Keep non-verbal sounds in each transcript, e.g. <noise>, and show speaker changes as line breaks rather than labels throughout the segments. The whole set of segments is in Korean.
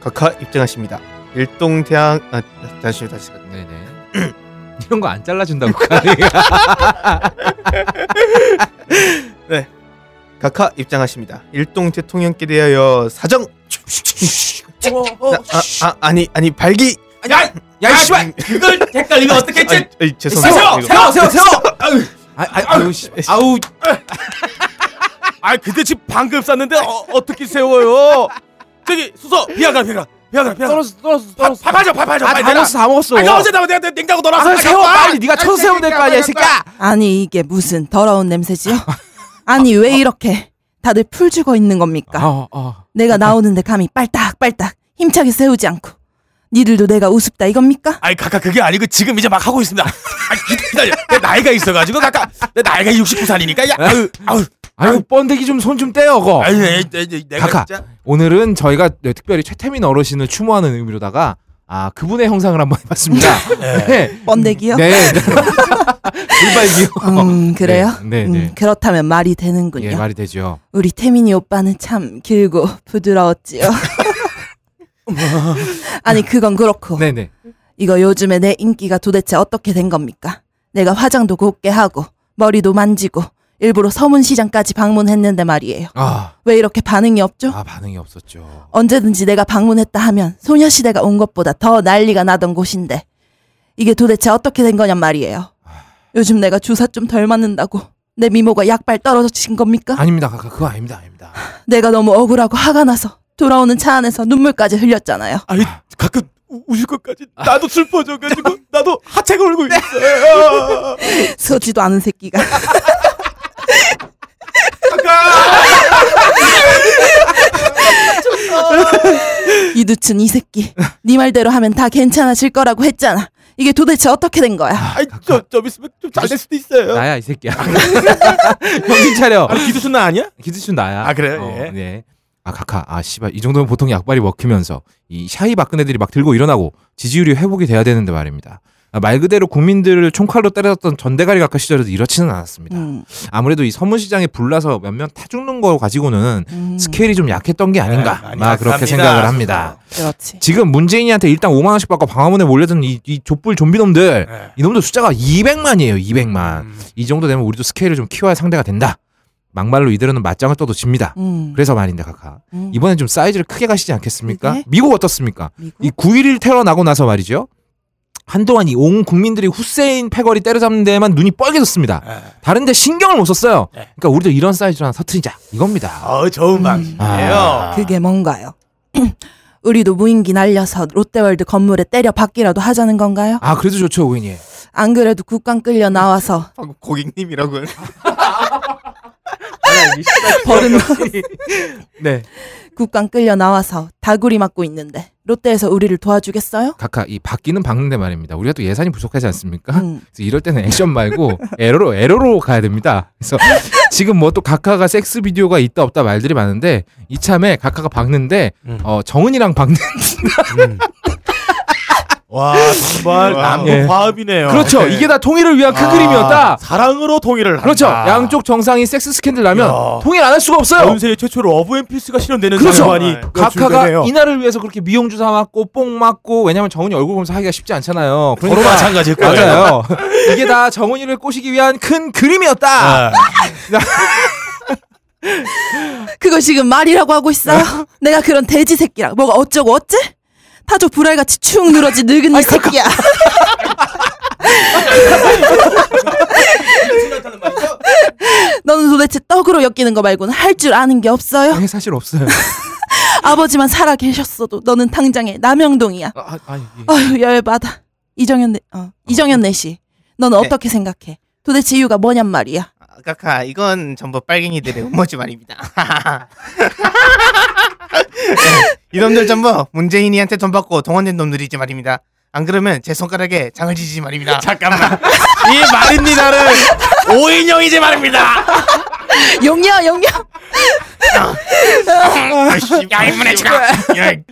각하 입장하십니다. 일동 대항 아 다시 다시 다시.
네네. <clears throat> 이런 거 안 <laughs> 잘라준다고 가니까.
각하 입장하십니다. 일동 대통령께 대하여 사정
어, 어.
아, 아 아니 아니 발기
야,
야, 씨발!
이걸 댓글 이거 어떻게 했지?
아이, 아이,
세워,
죄송합니다. 이거.
세워, 세워, 세워. 아유,
아, 아, 아우, 씨. 아우,
아, 근데 지금 방금 쌌는데 어, 어떻게 세워요? 저기 수소 비아가 비아가 비아가 비아가.
떨어졌어, 떨어졌어, 떨어졌어.
밥 파줘, 밥 파줘.
아, 다 먹었어, 다 먹었어.
아, 나 어제 나 내가 내 냉장고
아,
넣어놨어.
그럼
아,
세워,
깜빡.
빨리. 네가 쳐서 세우면 될 거 아니야, 그러니까, 이 새끼야.
아니 이게 무슨 더러운 냄새지요? 아니 왜 이렇게 다들 풀 죽어 있는 겁니까?
어, 어.
내가 나오는데 감히 빨딱빨딱 힘차게 세우지 않고 니들도 내가 우습다 이겁니까?
아니 각각 그게 아니고 지금 이제 막 하고 있습니다. 아 기다려. 내 나이가 있어가지고 각각 내 나이가 69살이니까 야 아유 아유
아유, 번데기 좀 손 좀 떼어, 거.
아유 내, 내, 내, 내가
각하.
진짜
오늘은 저희가 네, 특별히 최태민 어르신을 추모하는 의미로다가 아 그분의 형상을 한번 해봤습니다. <laughs> 네.
번데기요?
네. 불발기요.
음 그래요?
네, 네, 네.
음, 그렇다면 말이 되는군요.
예 말이 되죠.
우리 태민이 오빠는 참 길고
<laughs>
부드러웠지요. 아니 그건 그렇고
네네.
이거 요즘에 내 인기가 도대체 어떻게 된 겁니까? 내가 화장도 곱게 하고 머리도 만지고 일부러 서문시장까지 방문했는데 말이에요.
아,
왜 이렇게 반응이 없죠?
아 반응이 없었죠.
언제든지 내가 방문했다 하면 소녀시대가 온 것보다 더 난리가 나던 곳인데 이게 도대체 어떻게 된 거냔 말이에요.
아.
요즘 내가 주사 좀 덜 맞는다고 내 미모가 약발 떨어진 겁니까?
아닙니다, 각하 그거 아닙니다, 아닙니다.
내가 너무 억울하고 화가 나서 돌아오는 차 안에서 눈물까지
<laughs>
흘렸잖아요.
아니 가끔 우- 우실 것까지 나도 슬퍼져가지고
<laughs>
나도 하체가 울고
네.
있어요.
서지도 않은 새끼가.
<laughs>
이두춘 이 새끼. 네 말대로 하면 다 괜찮아질 거라고 했잖아. 이게 도대체 어떻게 된 거야?
아니 좀좀 있으면 좀 잘 될 수도 있어요.
나야 이 새끼야. <laughs> 정신 차려.
아 기두순 나 아니야?
기드춘 나야.
아, 그래요?
어,
예.
네. 아 각하, 아 씨발 이 정도면 보통 약발이 먹히면서 이 샤이 박근 애들이 막 들고 일어나고 지지율이 회복이 돼야 되는데 말입니다. 아, 말 그대로 국민들을 총칼로 때렸던 전대가리 각하 시절에도 이렇지는 않았습니다.
음,
아무래도 이 서문시장에 불나서 몇몇 타 죽는 거 가지고는
음,
스케일이 좀 약했던 게 아닌가
아, 많이
막 그렇게
약합니다.
생각을 합니다.
그렇지.
지금 문재인이한테 일단 5만 원씩 받고 방화문에 몰려든 이, 이 족불 좀비놈들
네.
이놈들 숫자가 200만이에요 200만
음.
이 정도 되면 우리도 스케일을 좀 키워야 상대가 된다 막말로 이대로는 맞짱을 떠도 집니다
음,
그래서 말인데 각하
음.
이번엔 좀 사이즈를 크게 가시지 않겠습니까?
네.
미국 어떻습니까?
미국?
이 9.11 테러 나고 나서 말이죠 한동안 이 온 국민들이 후세인 패거리 때려잡는 데에만 눈이 뻘개졌습니다
네.
다른데 신경을 못 썼어요.
네.
그러니까 우리도 이런 사이즈로 하나 터트리자 이겁니다.
어 좋은 방식이에요.
아.
그게 뭔가요? <clears throat> 우리도 무인기 날려서 롯데월드 건물에 때려 박기라도 하자는 건가요?
아 그래도 좋죠 오인이.
안 그래도 국감
<laughs>
끌려 나와서
방금 고객님이라고
버릇
네.
국감 끌려 나와서 다구리 맞고 있는데 롯데에서 우리를 도와주겠어요?
각하 이 바뀌는 박는데 말입니다. 우리가 또 예산이 부족하지 않습니까?
음.
그래서 이럴 때는 액션 말고 에러로 에러로 가야 됩니다. 그래서 지금 뭐 또 각하가 섹스 비디오가 있다 없다 말들이 많은데 이참에 각하가 박는데
음.
어, 정은이랑 박는
와 정말
와우.
남북
예.
화합이네요.
<laughs> 그렇죠.
네.
이게 다 통일을 위한 큰
아,
그림이었다.
사랑으로 통일을
그렇죠.
한다.
양쪽 정상이 섹스 스캔들 나면
야.
통일 안 할 수가 없어요.
전 세계 최초로 러브 앤 피스가 실현되는
그렇죠.
사관이
각하가 이날을 위해서 그렇게 미용주 사 맞고 뽕 맞고 왜냐면 정훈이 얼굴 보면서 하기가 쉽지 않잖아요.
서로 <laughs> 마찬가지일 거예요.
맞아요. 네. 이게 다 정훈이를 꼬시기 위한 큰 그림이었다.
아,
그걸 지금 말이라고 하고 있어요?
네.
<laughs> 내가 그런 돼지 새끼랑 뭐가 어쩌고 어째? 타조 불알같이 축 늘어진 늙은 이
<laughs>
새끼야. <laughs> 너는 도대체 떡으로 엮이는 거 말고는 할 줄 아는 게 없어요?
그게 사실 없어요.
아버지만 살아 계셨어도 너는 당장에 남영동이야.
<laughs> 아, 아니, 예.
어휴 열받아. 이정현 내, 어, 이정현 내시. 너는 어떻게 생각해? 도대체 이유가 뭐냔 말이야.
각하 이건 전부 빨갱이들의 음모지 말입니다. 네, 이놈들 전부 문재인이한테 돈 받고 동원된 놈들이지 말입니다. 안 그러면 제 손가락에 장을 지지 말입니다.
잠깐만 이 말입니다는 오인영이지 말입니다.
용녀 용녀.
야 이문에 지가.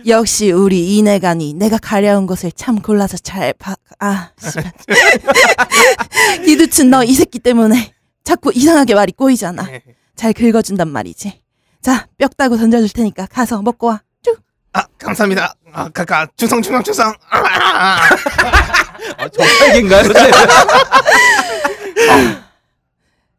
역시 우리 이내간이 내가 가려운 것을 참 골라서 잘 봐. 아, 씨발. <laughs> 이두춘 너 이 새끼 때문에 자꾸 이상하게 말이 꼬이잖아. 잘 긁어준단 말이지. 자, 뼈 따고 던져줄 테니까 가서 먹고 와. 쭉.
아 감사합니다. 아 가까 충성 충성 충성. 아, 아, 아.
아, 정팔기인가요? <laughs>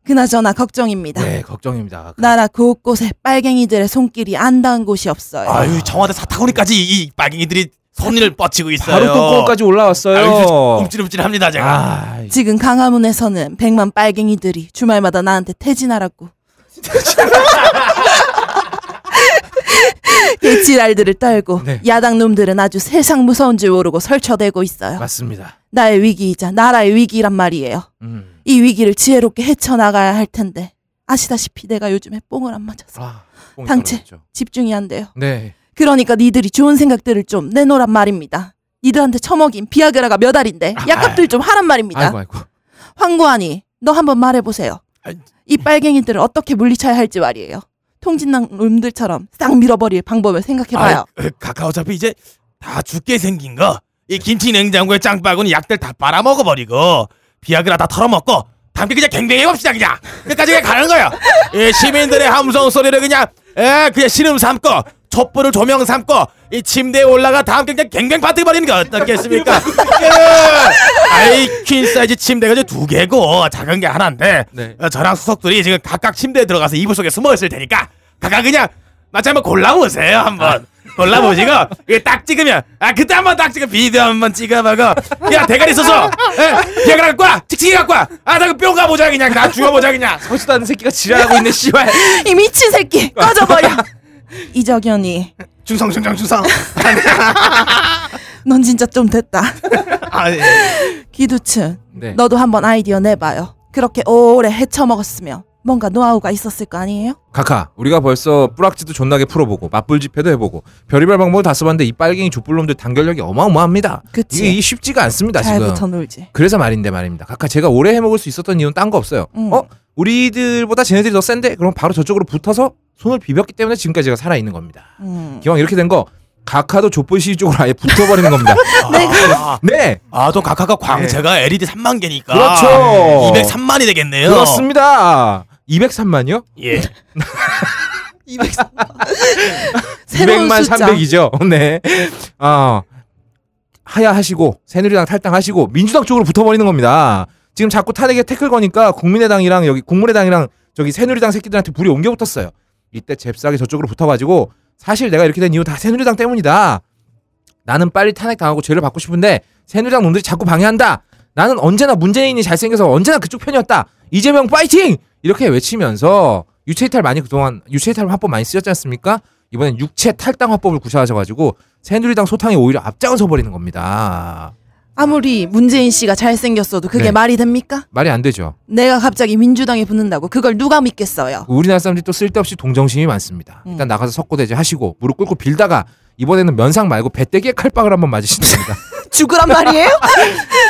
그나저나 걱정입니다.
네, 걱정입니다.
나라 곳곳에 빨갱이들의 손길이 안 닿은 곳이 없어요.
아유 청와대 사타구니까지 이, 이 빨갱이들이 손을 뻗치고 있어요.
바로 똥꼬까지
아유,
올라왔어요.
움찔움찔합니다 제가.
아, 이-
지금 강화문에서는 백만 빨갱이들이 주말마다 나한테 태진하라고. <laughs> 개지랄들을 떨고
네.
야당 놈들은 아주 세상 무서운 줄 모르고 설쳐대고 있어요.
맞습니다.
나의 위기이자 나라의 위기란 말이에요.
음.
이 위기를 지혜롭게 헤쳐나가야 할 텐데 아시다시피 내가 요즘에 뽕을 안 맞아서
아, 똥이
당체.
떨어졌죠.
집중이 안 돼요.
네.
그러니까 니들이 좋은 생각들을 좀 내놓란 말입니다. 니들한테 처먹인 비아그라가 몇 알인데 약값들 좀 하란 말입니다.
아이고 아이고.
황구하니 너 한번 말해보세요.
아이.
이 빨갱이들을 어떻게 물리쳐야 할지 말이에요. 통진당 놈들처럼 싹 밀어버릴 방법을 생각해봐요.
아, 카카 어차피 이제 다 죽게 생긴 거. 이 김치 냉장고에 짱박은 약들 다 빨아먹어 버리고 비아그라 다 털어먹고 담배 그냥 갱뱅해 봅시다 그냥 끝까지 그냥 가는 거야. 이 시민들의 함성 소리를 그냥 에 그냥 신음 삼고 촛불을 조명 삼고 이 침대에 올라가 다 함께 그냥 갱뱅 파티 버리는 거
<laughs>
어떻겠습니까? 예. 아이 퀸 사이즈 침대가 이제 두 개고 작은 게 하나인데
네.
어, 저랑 수석들이 지금 각각 침대에 들어가서 이불 속에 숨어 있을 테니까 각각 그냥 마치 한번 골라보세요 한번 골라보시고 이게 딱 찍으면 아 그때 한번 딱 찍어 비디오 한번 찍어보고 야 대가리 있어서 예, 비약을 갖고 와 칙칙이 갖고 와아나 뿅가 보자 그냥 나 죽어보자 그냥
서지도 않는 새끼가 지랄하고 있네 씨발.
이
<laughs>
미친 새끼 꺼져버려. 이적현이
충성 충성 충성.
아,
넌 진짜 좀 됐다.
아 예.
기두춘
네.
너도 한번 아이디어 내봐요. 그렇게 오래 헤쳐먹었으면 뭔가 노하우가 있었을 거 아니에요?
카카 우리가 벌써 뿌락지도 존나게 풀어보고 맞불 집회도 해보고 별의별 방법을 다 써봤는데 이 빨갱이 족불놈들 단결력이 어마어마합니다.
그치.
이게 이 쉽지가 않습니다
잘
아, 지금.
붙어 놀지.
그래서 말인데 말입니다. 카카 제가 오래 해먹을 수 있었던 이유는 딴 거 없어요.
음.
어? 우리들보다 쟤네들이 더 센데? 그럼 바로 저쪽으로 붙어서 손을 비볐기 때문에 지금까지 제가 살아있는 겁니다.
음.
기왕 이렇게 된 거 카카도 족불 시위 쪽으로 아예 붙어버리는 겁니다.
내가
네!
아또 각하가 광채가 LED 3만 개니까
그렇죠.
아, 203만이 되겠네요
그렇습니다. 203만이요?
예
<laughs>
새로운
200만
숫자.
300이죠. <laughs> 네. 아 하야하시고 새누리당 탈당하시고 민주당 쪽으로 붙어버리는 겁니다. 지금 자꾸 탄핵에 태클 거니까 국민의당이랑 여기 국민의당이랑 저기 새누리당 새끼들한테 불이 옮겨 붙었어요. 이때 잽싸게 저쪽으로 붙어가지고 사실 내가 이렇게 된 이유 다 새누리당 때문이다. 나는 빨리 탄핵 당하고 죄를 받고 싶은데 새누리당 놈들이 자꾸 방해한다. 나는 언제나 문재인이 잘생겨서 언제나 그쪽 편이었다. 이재명 파이팅! 이렇게 외치면서 유체이탈 많이 그동안 유체이탈 화법 많이 쓰였지 않습니까? 이번엔 육체 탈당 화법을 구사하셔가지고 새누리당 소탕이 오히려 앞장서 버리는 겁니다.
아무리 문재인 씨가 잘생겼어도 그게
네.
말이 됩니까?
말이 안 되죠.
내가 갑자기 민주당에 붙는다고 그걸 누가 믿겠어요?
우리나라 사람들이 또 쓸데없이 동정심이 많습니다. 일단 나가서 석고대죄 하시고 무릎 꿇고 빌다가 이번에는 면상 말고 배때기에 칼빵을 한번 맞으십니다.
죽으란 <laughs> 말이에요?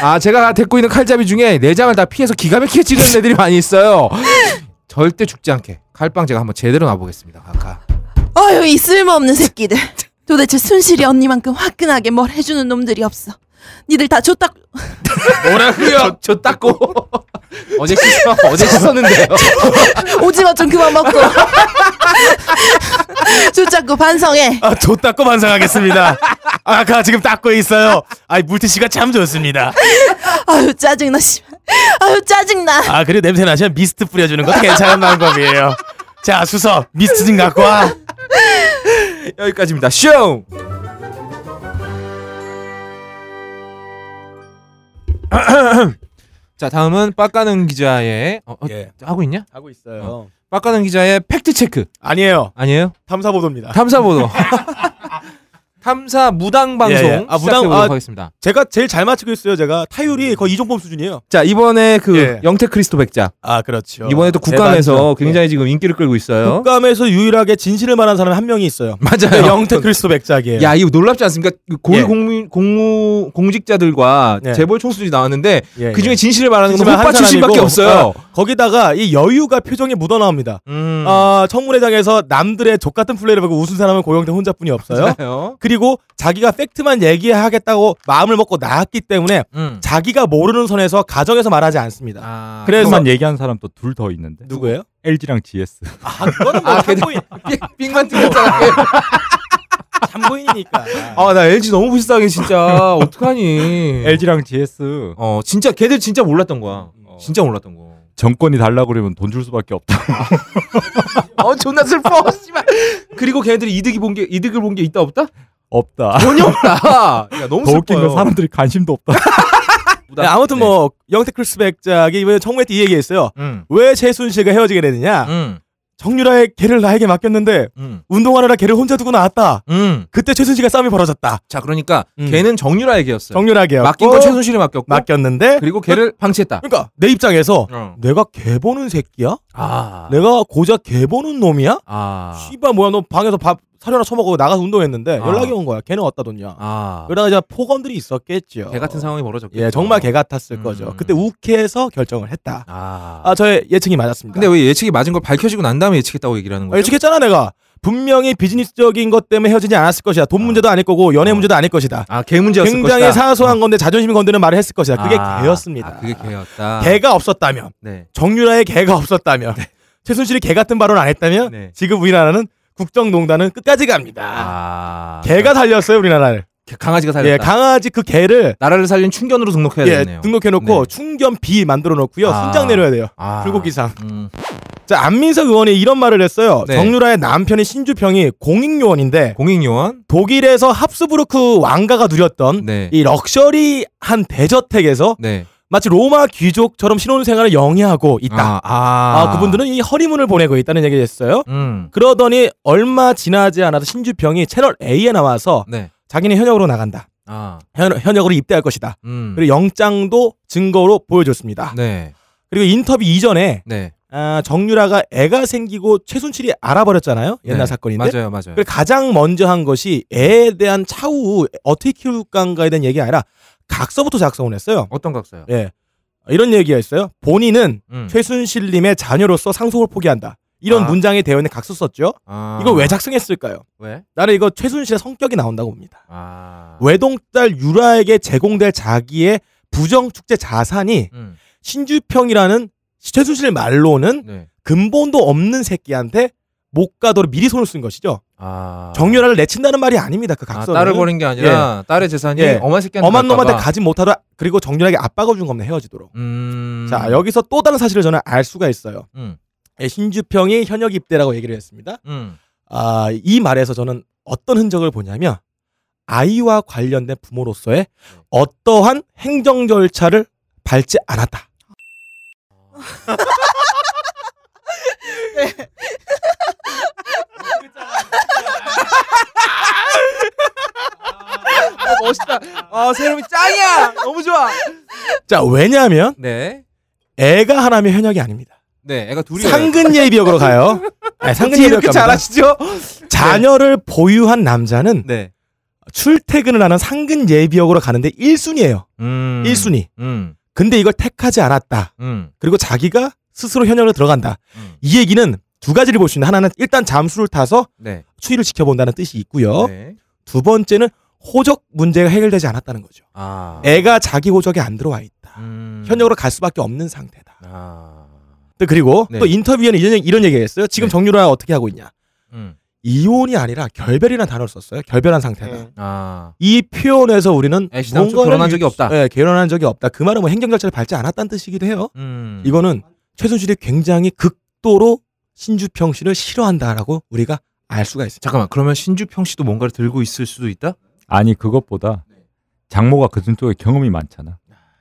아 제가 데리고 있는 칼잡이 중에 내장을 다 피해서 기가 막히게 찌르는 애들이 많이 있어요. 절대 죽지 않게 칼빵 제가 한번 제대로 놔보겠습니다. 아까
어휴 이 쓸모없는 새끼들 도대체 순실이 언니만큼 화끈하게 뭘 해주는 놈들이 없어 니들 다 좋다
뭐라고요? 저, 저 닦고 <laughs> 어제 씻어 어제 <laughs> 씻었는데요.
오징어 좀 그만 먹고 <laughs> 좋자고 반성해
아, 저 닦고 반성하겠습니다.
<laughs>
아, 까 지금 닦고 있어요. 아, 물티슈가 참 좋습니다.
아유 짜증나 씨발 아유 짜증나
아, 그리고 냄새 나시면 미스트 뿌려주는 것도 괜찮은 방법이에요. 자, 수석, 미스트 좀 갖고 와.
여기까지입니다. 쇼. <clears throat> 자 다음은 빡가는 기자의 어, 어,
예.
하고 있냐?
하고 있어요.
빡가는 기자의 팩트 체크
아니에요.
아니에요?
탐사 보도입니다.
탐사 보도. <laughs> 탐사 무당 방송
예, 예. 아, 무당,
시작해보도록
아,
하겠습니다.
제가 제일 잘 맞추고 있어요. 제가 타율이 거의 이종범 수준이에요.
자 이번에 그
예.
영태 크리스토 백작
아, 그렇죠. 예.
이번에 또 국감에서 굉장히 지금 인기를 끌고 있어요.
국감에서 유일하게 진실을 말한 사람 한 명이 있어요.
맞아요.
네,
그,
영태 크리스토 백작이에요.
야 이거 놀랍지 않습니까? 그 고위
예.
공무, 공무 공직자들과
예.
재벌 총수들이 나왔는데
예,
그 중에
예.
진실을 말하는 건
하지만 한
호빠 출신밖에
사람이고,
없어요.
아, 거기다가 이 여유가 표정에 묻어나옵니다.
음.
아, 청문회장에서 남들의 족 같은 플레이를 보고 웃은 사람은 고영태 혼자뿐이 <laughs> 없어요.
맞아요.
그리고 자기가 팩트만 얘기하겠다고 마음을 먹고 나왔기 때문에
음.
자기가 모르는 선에서 가정에서 말하지 않습니다.
아, <laughs>
그래서
그만 얘기한 사람 또 둘 더 있는데
누구예요?
어.
LG랑 GS
뭐
아, 그거는
아, 걔도 삥만 뜯었잖아.
참고인이니까.
<laughs> 아 나 LG 너무 불쌍해 진짜 어떡하니
LG랑 GS
어 진짜 걔들 진짜 몰랐던 거야 진짜 몰랐던 거
정권이 달라 그러면 돈 줄 수밖에 없다.
어 존나 슬퍼 <laughs> 씨발 그리고 걔들이 이득이 본 게 이득을 본 게 있다 없다
없다.
전혀 없다 야 너무
더 웃긴
슬퍼요
건 사람들이 관심도 없다.
<laughs>
<laughs>
네, 아무튼 뭐 영태 크루스 백작이 이번에 청문회 때 이 얘기했어요.
응
왜 최순 씨가 헤어지게 되느냐?
응
정유라의 개를 나에게 맡겼는데
응
운동하느라 개를 혼자 두고 나왔다.
음.
그때 최순 씨가 싸움이 벌어졌다.
자 그러니까
음.
걔는 정유라 얘기였어요
정유라게요.
맡긴 건 최순실이 맡겼고
맡겼는데
그리고 걔를 방치했다
그러니까 내 입장에서
어.
내가 개 보는 새끼야?
아.
내가 고작 개 보는 놈이야?
아.
씨발 뭐야 너 방에서 밥 사료나 처먹고 나가서 운동했는데
아.
연락이 온 거야. 걔는 어디다 뒀냐?
아.
그러다가 이제 폭언들이 있었겠죠.
개 같은 상황이 벌어졌겠죠.
예, 정말 개 같았을
음.
거죠. 그때 욱해서 결정을 했다.
아.
아, 저의 예측이 맞았습니다.
근데 왜 예측이 맞은 걸 밝혀지고 난 다음에 예측했다고 얘기를 하는
아,
거예요?
예측했잖아 내가. 분명히 비즈니스적인 것 때문에 헤어지지 않았을 것이다. 돈 문제도 아닐 거고 연애
어.
문제도 아닐 것이다.
아, 개 문제였을
굉장히
것이다. 어.
사소한 건데 자존심이 건드는 말을 했을 것이다. 그게
아.
개였습니다.
아, 그게 개였다.
개가 없었다면
네.
정유라의 개가 없었다면 최순실이 개 같은 발언 안 했다면
네.
지금 우리나라는 국정농단은 끝까지 갑니다.
아.
개가 살렸어요 우리나라를.
개- 강아지가 살렸다.
예, 강아지 그 개를
나라를 살린 충견으로 등록해야
예,
되겠네요.
등록해놓고
네.
충견 비 만들어 놓고요
아.
순장 내려야 돼요.
아.
불고기상.
음.
자 안민석 의원이 이런 말을 했어요.
네.
정유라의 남편인 신주평이 공익요원인데
공익 요원?
독일에서 합스부르크 왕가가 누렸던
네.
이 럭셔리한 대저택에서
네.
마치 로마 귀족처럼 신혼생활을 영위하고 있다.
아. 아.
아, 그분들은 이 허리문을 보내고 있다는 얘기를 했어요.
음.
그러더니 얼마 지나지 않아서 신주평이 채널 A에 나와서
네.
자기는 현역으로 나간다.
아.
현, 현역으로 입대할 것이다.
음.
그리고 영장도 증거로 보여줬습니다.
네.
그리고 인터뷰 이전에
네.
아, 정유라가 애가 생기고 최순실이 알아버렸잖아요. 옛날
네.
사건인데.
맞아요. 맞아요.
그리고 가장 먼저 한 것이 애에 대한 차후 어떻게 키울까에 대한 얘기가 아니라 각서부터 작성을 했어요.
어떤 각서요?
예. 이런 얘기가 있어요. 본인은
음.
최순실님의 자녀로서 상속을 포기한다. 이런
아.
문장이 되어 있는 각서 썼죠.
아.
이걸 왜 작성했을까요?
왜?
나는 이거 최순실의 성격이 나온다고 봅니다.
아.
외동딸 유라에게 제공될 자기의 부정축제 자산이
음.
신주평이라는 최순실 말로는
네.
근본도 없는 새끼한테 못 가도록 미리 손을 쓴 것이죠.
아.
정유라를 내친다는 말이 아닙니다. 그
아,
각서는
딸을 버린 게 아니라 딸의 재산이
예.
엄한 새끼한테
엄한
갈까
놈한테
봐.
가지 못하다 그리고 정유라에게 압박을 준 겁니다. 헤어지도록.
음.
자 여기서 또 다른 사실을 저는 알 수가 있어요.
음.
예, 신주평이 현역 입대라고 얘기를 했습니다.
음.
아, 이 말에서 저는 어떤 흔적을 보냐면 아이와 관련된
네.
부모로서의 어떠한 행정 절차를 밟지 않았다.
아, 멋있다. 아, 세롬이 짱이야. 너무 좋아.
자, 왜냐하면
네.
애가 하나면 현역이 아닙니다.
네, 애가 둘이
상근 예비역으로 가요.
<laughs>
아니, 상근 예비역
이렇게
갑니다.
잘하시죠?
자녀를 보유한 남자는
네.
출퇴근을 하는 상근 예비역으로 가는데 1순위예요.
음.
1순위.
음.
근데 이걸 택하지 않았다.
음.
그리고 자기가 스스로 현역으로 들어간다.
음.
이 얘기는 두 가지를 볼 수 있는 하나는 일단 잠수를 타서
네.
추이를 지켜본다는 뜻이 있고요.
네.
두 번째는 호적 문제가 해결되지 않았다는 거죠.
아.
애가 자기 호적에 안 들어와 있다.
음.
현역으로 갈 수밖에 없는 상태다.
아.
또 그리고
네.
또 인터뷰에는 이런, 얘기- 이런 얘기했어요. 지금
네.
정유라 어떻게 하고 있냐?
음.
이혼이 아니라 결별이라는 단어를 썼어요. 결별한 상태다.
네.
아.
이 표현에서 우리는
애시당초
뭔가를
결혼한
유-
적이 없다.
예, 결혼한 적이 없다. 그 말은 뭐 행정 절차를 밟지 않았다는 뜻이기도 해요.
음.
이거는 최순실이 굉장히 극도로 신주평 씨를 싫어한다라고 우리가 알 수가 있어요.
잠깐만. 그러면 신주평 씨도 뭔가를 들고 있을 수도 있다?
아니 그것보다
네.
장모가 그쪽 쪽에 경험이 많잖아.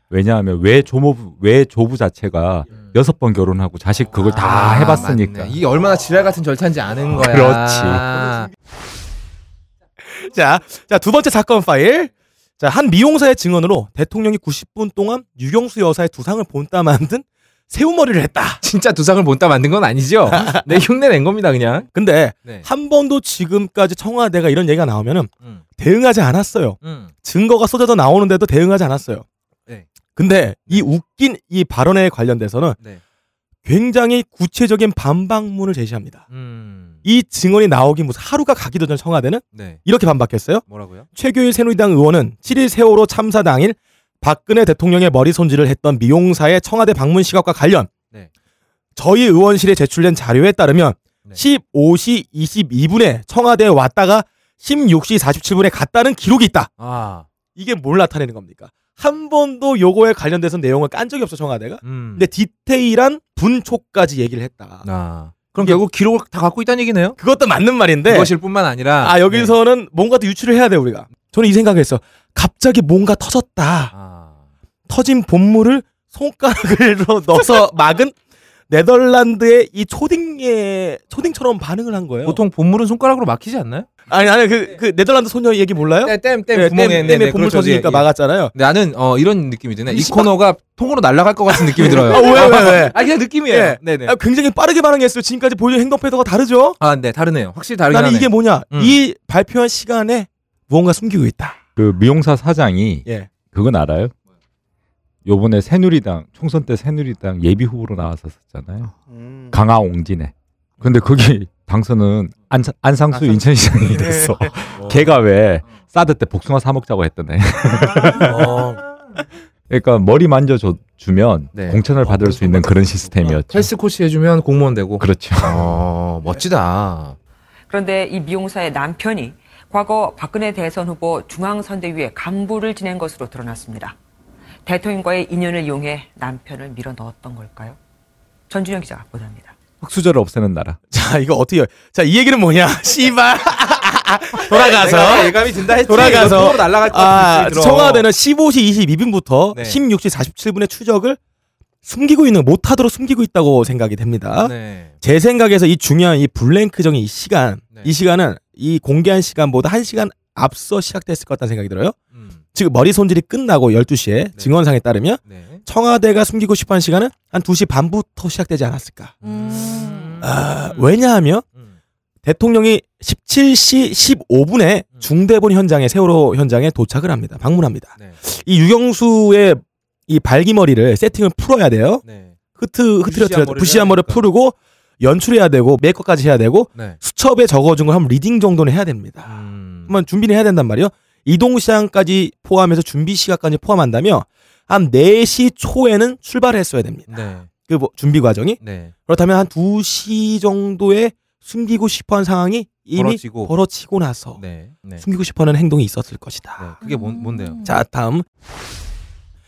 왜냐하면 왜 조모부 왜 조부 자체가 여섯 번 결혼하고 자식 그걸 다
음. 아,
해봤으니까.
맞네. 이게 얼마나 지랄 같은 절차인지 아는 거야.
그렇지.
자, 자, 두 번째 사건 파일. 자, 한 미용사의 증언으로 대통령이 90분 동안 유경수 여사의 두상을 본따 만든 새우머리를 했다.
진짜 두상을 본따 만든 건
<laughs>
아니죠? 내 흉내 낸 겁니다, 그냥.
근데
네.
한 번도 지금까지 청와대가 이런 얘기가 나오면은
음.
대응하지 않았어요.
음.
증거가 쏟아져 나오는데도 대응하지 않았어요.
네.
근데 이 웃긴 이 발언에 관련돼서는
네.
굉장히 구체적인 반박문을 제시합니다.
음.
이 증언이 나오기 무슨 하루가 가기도 전 청와대는
네.
이렇게 반박했어요.
뭐라고요?
최규일 새누리당 의원은 7일 세월호 참사 당일 박근혜 대통령의 머리 손질을 했던 미용사의 청와대 방문 시각과 관련
네.
저희 의원실에 제출된 자료에 따르면
네.
15시 22분에 청와대에 왔다가 16시 47분에 갔다는 기록이 있다.
아,
이게 뭘 나타내는 겁니까? 한 번도 요거에 관련돼서 내용을 깐 적이 없어 청와대가.
음.
근데 디테일한 분초까지 얘기를 했다.
아. 그럼 결국 기록을 다 갖고 있다는 얘기네요.
그것도 맞는 말인데.
그것일 뿐만 아니라
아 여기서는 뭔가 또 유출을 해야 돼 우리가. 저는 이 생각을 했어. 갑자기 뭔가 터졌다.
네. 아.
터진 본물을 손가락으로 <laughs> 넣어서 막은 네덜란드의 이 초딩의 초딩처럼 반응을 한 거예요.
보통 본물은 손가락으로 막히지 않나요?
아니 아니 그, 그 네덜란드 소녀 얘기 몰라요?
땜, 땜,
네, 땜- 땜에 본물
그렇죠. 예,
터지니까 막았잖아요.
나는 어 이런 느낌이 드네. 이
이 시-
코너가 통으로 날아갈 것 같은 느낌이 들어요.
아, 왜, 왜, 왜?
<laughs> 아 그냥 느낌이에요.
예.
네네.
아, 굉장히 빠르게 반응했어요. 지금까지 보여준 행동 패턴과 다르죠.
아, 네 다르네요. 확실히 다르긴
나는
하네.
이게 뭐냐?
음.
이 발표한 시간에 무언가 숨기고 있다.
그 미용사 사장이
예.
그건 알아요? 요번에 새누리당 총선 때 새누리당 예비 후보로 나왔었잖아요.
음.
강화 옹진에. 근데 거기 <laughs> 당선은 안,
안상수.
안상수 인천시장이 됐어. 걔가 왜 사드 때 복숭아 사 먹자고 했던 애.
어,
그러니까 머리 만져 줘- 주면
네.
공천을 받을 수 있는 그런 시스템이었죠.
헬스 코치 해주면 공무원 되고.
그렇죠. <laughs>
어 멋지다.
그런데 이 미용사의 남편이 과거 박근혜 대선 후보 중앙선대위에 간부를 지낸 것으로 드러났습니다. 대통령과의 인연을 이용해 남편을 밀어 넣었던 걸까요? 전준영 기자가 보도합니다.
흑수저를 없애는 나라.
<laughs> 자 이거 어떻게? 자이 얘기는 뭐냐? <laughs> 씨발 돌아가서
예감이 든다 했지.
돌아가서.
이거 통으로 날아갈 것 같은
아,
느낌이 들어.
청와대는 15시 22분부터
네.
16시 47분의 추적을 숨기고 있는 못하도록 숨기고 있다고 생각이 됩니다.
네.
제 생각에서 이 중요한 이 블랭크적인 이 시간,
네.
이 시간은 이 공개한 시간보다 1시간 앞서 시작됐을 것 같다는 생각이 들어요.
음,
지금 머리 손질이 끝나고 12시에 증언상에 따르면
네.
청와대가 숨기고 싶어 한 시간은 한 2시 반부터 시작되지 않았을까.
음.
아, 왜냐하면
음.
대통령이 17시 15분에
음.
중대본 현장에 세월호 현장에 도착을 합니다. 방문합니다.
네.
이 유경수의 이 발기머리를 세팅을 풀어야 돼요.
네.
흐트 흐트려
부시한
부시한,
머리를
부시한 머리를
하니까.
풀고 연출해야 되고 메이크업까지 해야 되고
네.
수첩에 적어준 걸 한 리딩 정도는 해야 됩니다.
음.
한번 준비를 해야 된단 말이에요. 이동 시간까지 포함해서 준비 시간까지 포함한다면 한 4시 초에는 출발을 했어야 됩니다.
네.
그뭐 준비 과정이
네.
그렇다면 한 2시 정도에 숨기고 싶어한 상황이 이미
벌어지고.
벌어지고 나서
네. 네.
숨기고 싶어하는 행동이 있었을
네.
것이다.
그게
음.
뭔 뭔데요?
자 다음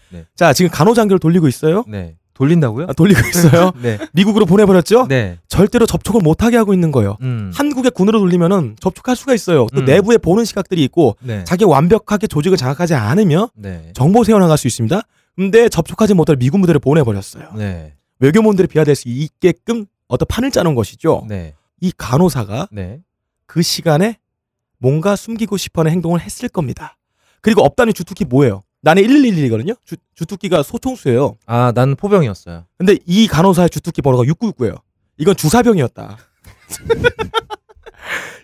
네.
자 지금 간호장교를 돌리고 있어요
네. 돌린다고요?
아,
<laughs>
돌리고 있어요
네.
미국으로 보내버렸죠
네.
절대로 접촉을 못하게 하고 있는 거예요
음.
한국의 군으로 돌리면은 접촉할 수가 있어요 또
음.
내부에 보는 시각들이 있고
네.
자기 완벽하게 조직을 장악하지 않으며
네.
정보 세워나갈 수 있습니다 근데 접촉하지 못할 미군 부대를 보내버렸어요
네.
외교문들이 비하될 수 있게끔 어떤 판을 짜놓은 것이죠
네.
이 간호사가
네.
그 시간에 뭔가 숨기고 싶어하는 행동을 했을 겁니다. 그리고 업다니 주특기 뭐예요? 나는 111이거든요. 주, 주특기가 소총수예요.
아, 난 포병이었어요.
근데 이 간호사의 주특기 번호가 699예요. 이건 주사병이었다. <laughs>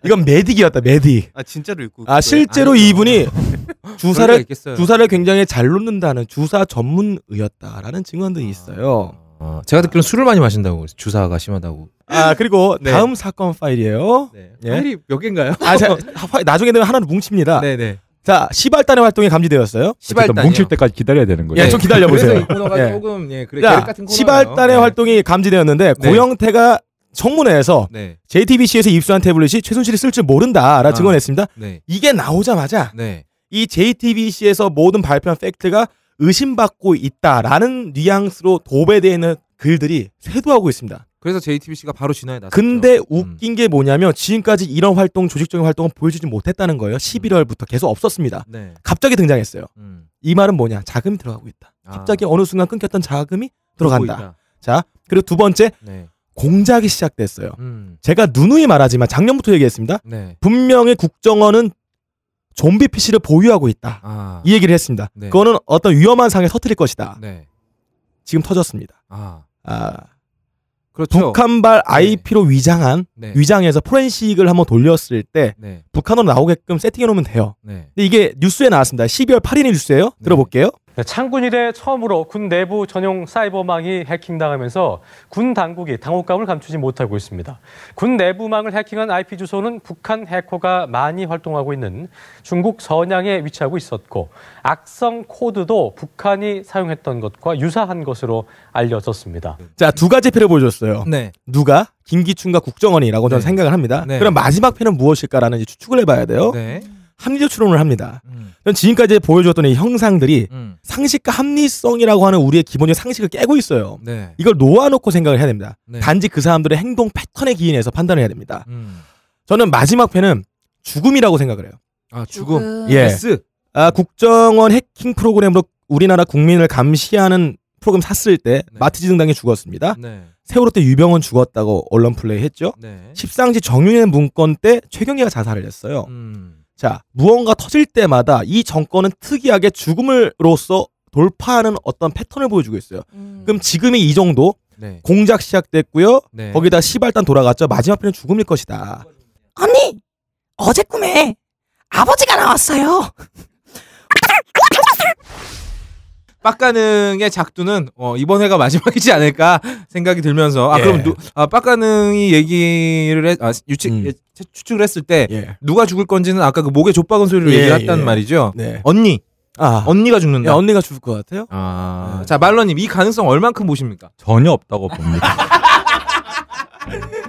이건 메딕이었다. 메딕.
아 진짜로 읽고.
아 실제로 이분이
네, 그럴 리가
주사를
그러니까 있겠어요.
주사를 굉장히 잘 놓는다는 주사 전문의였다라는
아.
증언들이 있어요.
어, 제가 듣기로는 술을 많이 마신다고 그랬어요. 주사가 심하다고.
아 그리고
네.
다음 사건 파일이에요.
네.
예?
파일이 몇 개인가요?
<laughs> 아 자, 파- 나중에 되면 하나로 뭉칩니다.
네, 네.
자 시발단의 활동이 감지되었어요.
어쨌든 뭉칠 때까지 기다려야 되는 거예요.
예, 좀 기다려보세요.
그래서 이 코너가
예.
조금 예, 그래 계획
자,
같은 코너예요.
시발단의
네.
활동이 감지되었는데
네.
고영태가 청문회에서
네.
JTBC에서 입수한 태블릿이 최순실이 쓸 줄 모른다라
아.
증언했습니다.
네.
이게 나오자마자
네.
이 JTBC에서 모든 발표한 팩트가 의심받고 있다라는 뉘앙스로 도배되어 있는 글들이 쇄도하고 있습니다.
그래서 JTBC가 바로 진화에 나섰죠.
근데
아, 음.
웃긴 게 뭐냐면 지금까지 이런 활동 조직적인 활동은 보여주지 못했다는
음.
거예요. 11월부터 계속 없었습니다.
네.
갑자기 등장했어요.
음.
이 말은 뭐냐? 자금이 들어가고 있다.
아.
갑자기 어느 순간 끊겼던 자금이 들어간다.
보인다.
자, 그리고 두 번째
네.
공작이 시작됐어요.
음.
제가 누누이 말하지만 작년부터 얘기했습니다.
네.
분명히 국정원은 좀비 PC를 보유하고 있다.
아.
이 얘기를 했습니다.
네.
그거는 어떤 위험한 상에 터뜨릴 것이다.
네.
지금 터졌습니다.
아.
아,
그렇죠.
북한발 IP로 위장한
네.
위장해서 포렌식을 한번 돌렸을 때
네.
북한으로 나오게끔 세팅해 놓으면 돼요.
네.
근데 이게 뉴스에 나왔습니다. 12월 8일의 뉴스예요.
네.
들어볼게요.
네, 창군 이래 처음으로 군 내부 전용 사이버망이 해킹당하면서 군 당국이 당혹감을 감추지 못하고 있습니다. 군 내부망을 해킹한 IP 주소는 북한 해커가 많이 활동하고 있는 중국 선양에 위치하고 있었고 악성 코드도 북한이 사용했던 것과 유사한 것으로 알려졌습니다.
자, 두 가지 패를 보여줬어요.
네.
누가? 김기춘과 국정원이라고 저는
네.
생각을 합니다.
네.
그럼 마지막 패는 무엇일까라는 이제 추측을 해봐야 돼요.
네.
합리적 추론을 합니다.
음.
전 지금까지 보여줬던 이 형상들이
음.
상식과 합리성이라고 하는 우리의 기본적인 상식을 깨고 있어요.
네.
이걸 놓아놓고 생각을 해야 됩니다.
네.
단지 그 사람들의 행동 패턴에 기인해서 판단해야 됩니다.
음.
저는 마지막 패는 죽음이라고 생각을 해요.
아, 죽음.
예.
S.
아, 국정원 해킹 프로그램으로 우리나라 국민을 감시하는 프로그램 샀을 때
네.
마티즈 등당이 죽었습니다.
네.
세월호 때 유병원 죽었다고 언론 플레이 했죠.
네.
십상시 정윤회 문건 때 최경희가 자살을 했어요.
음.
자, 무언가 터질 때마다 이 정권은 특이하게 죽음으로써 돌파하는 어떤 패턴을 보여주고 있어요.
음.
음.
그럼 지금이 이 정도
네.
공작 시작됐고요.
네.
거기다 시발단 돌아갔죠. 마지막 편은 죽음일 것이다.
언니, 어제 꿈에 아버지가 나왔어요.
빡가능의 작두는 어, 이번 회가 마지막이지 않을까 생각이 들면서 아
예.
그럼 누, 아, 빡가능이 얘기를 했, 아, 유치,
음.
예, 추- 추측을 했을 때
예.
누가 죽을 건지는 아까 그 목에 좆박은 소리로
예,
얘기를 했단
예.
말이죠.
네.
언니,
아,
언니가 죽는다.
야, 언니가 죽을 것 같아요?
아, 자 말러님 이 가능성 얼만큼 보십니까?
전혀 없다고 봅니다.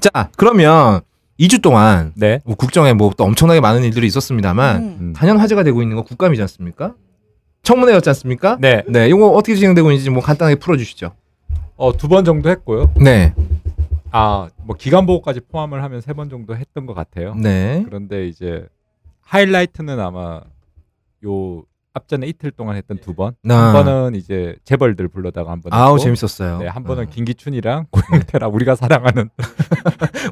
자 그러면 2주 동안
네.
뭐 국정에 뭐 또 엄청나게 많은 일들이 있었습니다만
음.
음.
단연 화제가 되고 있는 건 국감이지 않습니까? 청문회였지 않습니까?
네.
네, 이거 어떻게 진행되고 있는지 뭐 간단하게 풀어주시죠.
어, 두 번 정도 했고요.
네,
아, 뭐 기간 보고까지 포함을 하면 세 번 정도 했던 것 같아요.
네,
그런데 이제 하이라이트는 아마 요 앞전에 이틀 동안 했던 두 번.
아.
한 번은 이제 재벌들 불러다가 한 번.
아우
했고,
재밌었어요. 어.
네, 한 번은 김기춘이랑 <laughs> 고영태랑 우리가 사랑하는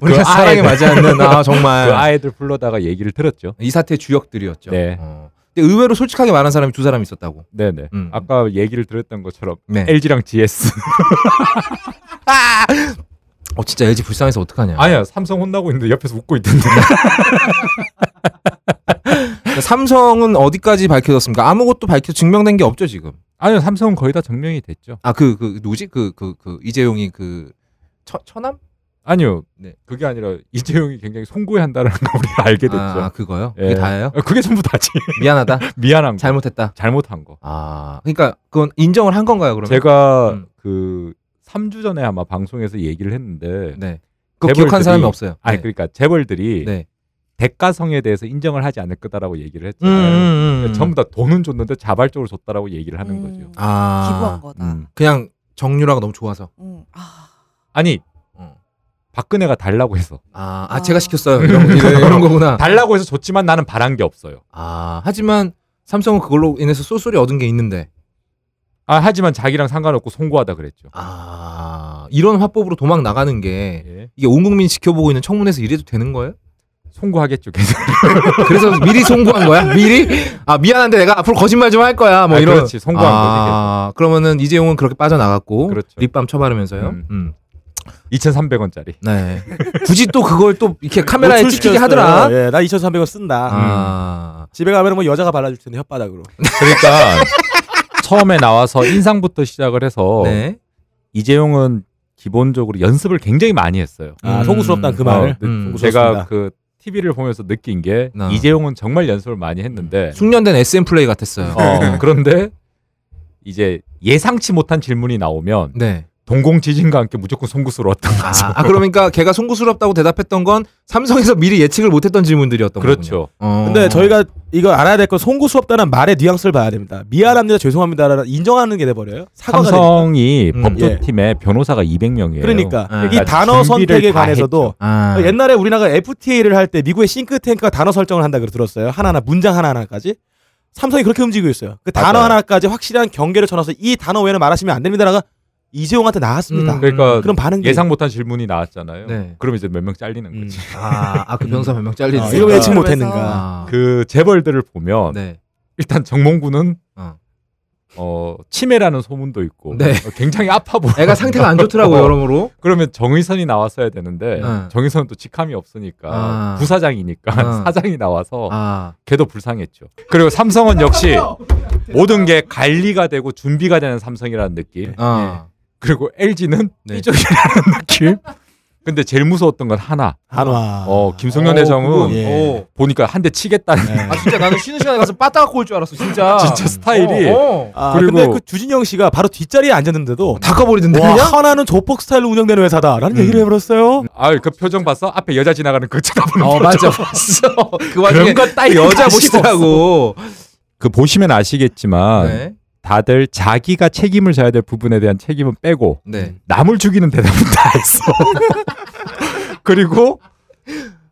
우리가
그
사랑에
아이들.
맞지 않는 아 정말
그 아이들 불러다가 얘기를 들었죠.
이 사태의 주역들이었죠.
네.
어. 근데 의외로 솔직하게 말한 사람이 두 사람 있었다고.
네네.
음.
아까 얘기를 들었던 것처럼
네.
LG랑 GS.
어 진짜 LG 불쌍해서 어떡하냐.
<laughs> 아니야, 삼성 혼나고 있는데 옆에서
<laughs>
웃고 있던데.
그러니까 삼성은 어디까지 밝혀졌습니까? 아무것도 밝혀 증명된 게 없죠 지금.
아니요, 삼성은 거의 다 정명이 됐죠.
아 그 그 누구지 그 그 그 이재용이 그 처, 처남?
아니요,
네.
그게 아니라 이재용이 굉장히 송구해한다는 걸 우리가 알게 됐죠.
아, 아, 그거요?
예.
그게 다예요?
어, 그게 전부 다지. <laughs>
미안하다.
미안한 거,
잘못했다.
잘못한 거.
아 그러니까 그건 인정을 한 건가요 그러면?
제가
음.
그 3주 전에 아마 방송에서 얘기를 했는데,
네. 그거 기억한
재벌들이-
사람이 없어요.
아니
네.
그러니까 재벌들이
네.
대가성에 대해서 인정을 하지 않을 거다라고 얘기를
음, 음,
했잖아요.
음, 음.
전부 다 돈은 줬는데 자발적으로 줬다라고 얘기를
음.
하는 거죠.
아.
기부한 거다.
음.
그냥 정유라가 너무 좋아서.
음. 아,
아니
어.
박근혜가 달라고 해서
아, 아
아.
제가 시켰어요. 이런,
<laughs>
이런, 이런 거구나.
달라고 해서 줬지만 나는 바란 게 없어요.
아, 하지만 삼성은 그걸로 인해서 쏠쏠이 얻은 게 있는데.
아 하지만 자기랑 상관없고 송구하다 그랬죠.
아, 이런 화법으로 도망 나가는 게
예.
이게 온 국민이 지켜보고 있는 청문회에서 이래도 되는 거예요?
송구하겠죠. 계속. <laughs>
그래서 <laughs> 미리 송구한 거야? 미리? 아, 미안한데 내가 앞으로 거짓말 좀 할 거야. 뭐
아,
이런.
그렇지, 송구한
아, 그러면은 이재용은 그렇게 빠져나갔고
그렇죠.
립밤 쳐바르면서요.
음.
음.
2,300원짜리.
네. 굳이 또 그걸 또 이렇게 카메라에
노출
찍히게
시켰어요.
하더라.
예, 나 2,300원 쓴다.
아.
집에 가면 뭐 여자가 발라줄 텐데 혓바닥으로.
그러니까 처음에 나와서 인상부터 시작을
어.
해서
네.
이재용은 기본적으로 연습을 굉장히 많이 했어요.
아,
음.
송구스럽다는 그
어,
말을.
네, 어.
음.
제가
송구스럽습니다.
그 TV를 보면서 느낀 게
아.
이재용은 정말 연습을 많이 했는데
숙련된 SM 플레이 같았어요. 음.
어, 그런데 이제 예상치 못한 질문이 나오면
네.
동공 지진과 함께 무조건 송구스러웠던
아,
거죠.
아, 그러니까 걔가 송구스럽다고 대답했던 건 삼성에서 미리 예측을 못했던 질문들이었던 거군요.
그렇죠.
어.
근데 저희가 이거 알아야 될 건 송구스럽다는 말의 뉘앙스를 봐야 됩니다. 미안합니다, 죄송합니다라는 인정하는 게 돼버려요. 사과가 되니까.
삼성이
음,
법조팀에 변호사가 200명이에요.
그러니까
아.
이 단어
준비를
선택에
다
관해서도
아.
그
옛날에 우리나라가 FTA를 할 때 미국의 싱크탱크가 단어 설정을 한다 그래 들었어요. 하나하나 문장 하나하나까지.
삼성이 그렇게 움직이고 있어요. 그 단어
맞아요.
하나까지 확실한 경계를 전해서 이 단어 외에는 말하시면 안 됩니다라가 이재용한테 나왔습니다.
음,
그러니까
그런 반응이
예상 못한 질문이 나왔잖아요.
네.
그럼 이제 몇 명 잘리는
음.
거지.
아, 아그 병사 몇명 잘리는
아, 이거 예측
그러면서-
못했는가.
그 재벌들을 보면
네.
일단 정몽구는
어.
어. 치매라는 소문도 있고
네.
어, 굉장히 아파 보여.
애가 상태가 안 좋더라고
어.
여러모로.
그러면 정의선이 나왔어야 되는데
네.
정의선은 또 직함이 없으니까
아.
부사장이니까
아.
<laughs> 사장이 나와서
아.
걔도 불쌍했죠. 그리고
<laughs>
삼성은 역시 모든 게 관리가 되고 준비가 되는 삼성이라는 느낌.
네.
예.
아.
그리고 LG는
네.
삐쪽이라는 <laughs> 느낌. 근데 제일 무서웠던 건 하나.
한화.
어, 김성현
어,
회장은
그건,
예.
어.
보니까 한 대 치겠다는
네.
<laughs>
아 진짜 나는 쉬는 시간에 가서 빠따 갖고 올 줄 알았어 진짜.
진짜 스타일이
어, 어.
아,
그리고- 음.
근데 그 주진영 씨가 바로 뒷자리에 앉았는데도
다 꺼버리던데
와,
그냥.
하나는 조폭 스타일로 운영되는 회사다라는 얘기를 해버렸어요.
아유 그 표정 봤어? 앞에 여자 지나가는 그 쳐다보는
어
표정.
맞아. 그 와중에
그런 거딱
여자 보시더라고.
그 보시면 아시겠지만
네.
다들 자기가 책임을 져야 될 부분에 대한 책임은 빼고
네.
남을 죽이는 대답은 다 했어. <laughs> 그리고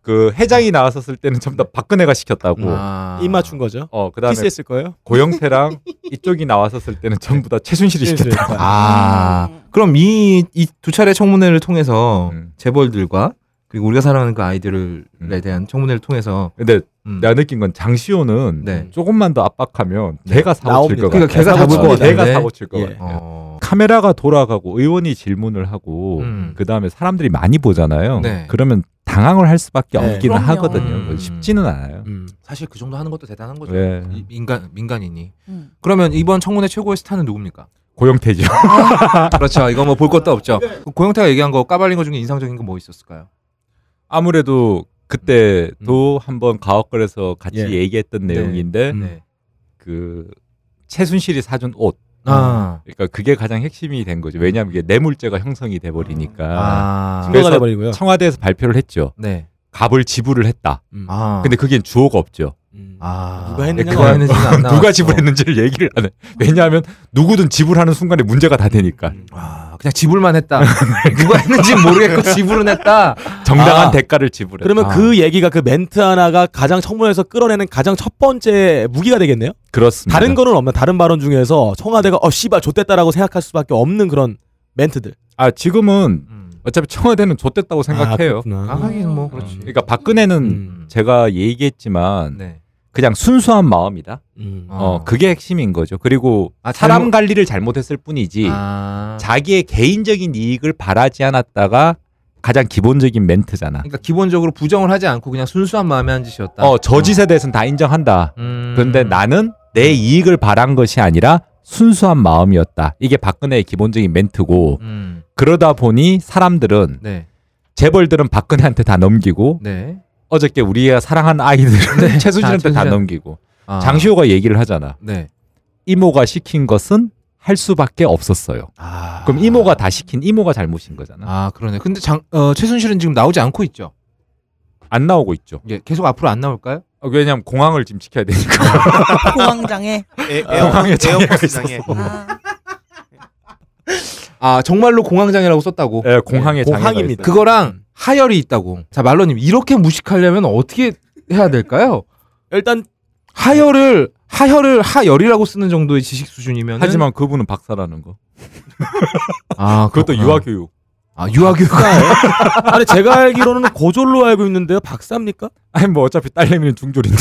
그 회장이 나왔었을 때는 전부 다 박근혜가 시켰다고.
아.
입 맞춘 거죠.
어 그다음에
키스했을 거예요.
<laughs>
고영태랑 이쪽이 나왔었을 때는 전부 다 최순실이
네,
네.
시켰다.
아, 그럼 이 이 두 차례 청문회를 통해서
음.
재벌들과 그리고 우리가 사랑하는 그 아이들에
음.
대한 청문회를 통해서
근데
음.
내가 느낀 건 장시호는
네.
조금만 더 압박하면 걔가 사고 칠
나옵니다.
것 같아.
그러니까 걔가
사고
잡을 것
칩니다.
같은데.
걔가 사고 칠 것
예.
같아.
어.
카메라가 돌아가고 의원이 질문을 하고
음.
그 다음에 사람들이 많이 보잖아요.
네.
그러면 당황을 할 수밖에
네.
없기는
그럼요.
하거든요.
음.
쉽지는 않아요.
음.
사실 그 정도 하는 것도 대단한
그렇죠.
거죠.
네.
이- 민간 민간인이.
음.
그러면 이번 청문회 최고의 스타는 누굽니까?
고영태죠.
그렇죠. 이거 뭐 볼 것도 없죠. 고영태가 얘기한 거 까발린 거 중에 인상적인 거 뭐 있었을까요?
아무래도 그때도 한번 가옥걸에서 같이
음, 예. 음,
얘기했던
네.
내용인데
네.
그 최순실이 사준 옷.
아.
그러니까 그게 가장 핵심이 된 거죠. 왜냐하면 이게 뇌물죄가 형성이 돼 버리니까
아.
그래서-
승가가 돼버리고요.
청와대에서 발표를 했죠.
네.
갑을 지불을 했다.
음.
아.
근데 그게 주어가 없죠.
음.
아.
누가 했느냐가
누가 했는지는
아,
안 나왔어.
누가
그렇죠.
지불했는지를 얘기를 안 해. 왜냐하면 누구든 지불하는 순간에 문제가 다 되니까
음.
아, 그냥 지불만 했다. 누가 했는지 모르겠고 지불은 했다.
정당한
아.
대가를 지불해.
그러면
아.
그 얘기가 그 멘트 하나가 가장 청문회에서 끌어내는 가장 첫 번째 무기가 되겠네요.
그렇습니다.
다른 거는 없나 다른 발언 중에서 청와대가 어 씨발 좆됐다라고 생각할 수밖에 없는 그런 멘트들.
아 지금은
음.
어차피 청와대는 좆됐다고 생각해요.
아, 하긴 뭐 그렇지.
그러니까 박근혜는
음.
제가 얘기했지만
네.
그냥 순수한 마음이다.
음.
어, 그게 핵심인 거죠. 그리고
아,
사람
잘못-
관리를 잘못했을 뿐이지
아.
자기의 개인적인 이익을 바라지 않았다가 가장 기본적인 멘트잖아.
그러니까 기본적으로 부정을 하지 않고 그냥 순수한 마음에 한 짓이었다.
어 저짓에 대해서는 다 인정한다.
아. 음.
그런데 나는 내 이익을 바란 것이 아니라 순수한 마음이었다. 이게 박근혜의 기본적인 멘트고
음.
그러다 보니 사람들은
네.
재벌들은 박근혜한테 다 넘기고
네.
어저께 우리가 사랑한 아이들은
네.
<laughs>
다
최순실한테 다
최순실.
넘기고
아.
장시호가 얘기를 하잖아.
네.
이모가 시킨 것은 할 수밖에 없었어요.
아.
그럼 이모가 다 시킨 이모가 잘못인 거잖아.
아, 그러네. 근데 장 어, 최순실은 지금 나오지 않고 있죠.
안 나오고 있죠.
예, 계속 앞으로 안 나올까요?
어, 왜냐면 공항을 지금 지켜야 되니까.
공황장애.
에, 네,
공항에
에어포스
장애가
에어포스장에
아,
아, 정말로 공황장애라고 썼다고.
예, 공항에
네,
장애가
공항입니다.
있어요.
그거랑 하열이 있다고. 자, 말로님 이렇게 무식하려면 어떻게 해야 될까요?
일단
하열을 하열을 하열이라고 쓰는 정도의 지식 수준이면
하지만 그분은 박사라는 거.
아
그것도
그렇구나.
어, 유아교육.
아 유아교육
<laughs> 아니 제가 알기로는 고졸로 알고 있는데요. 박사입니까?
아니 뭐 어차피 딸내미는 중졸인데.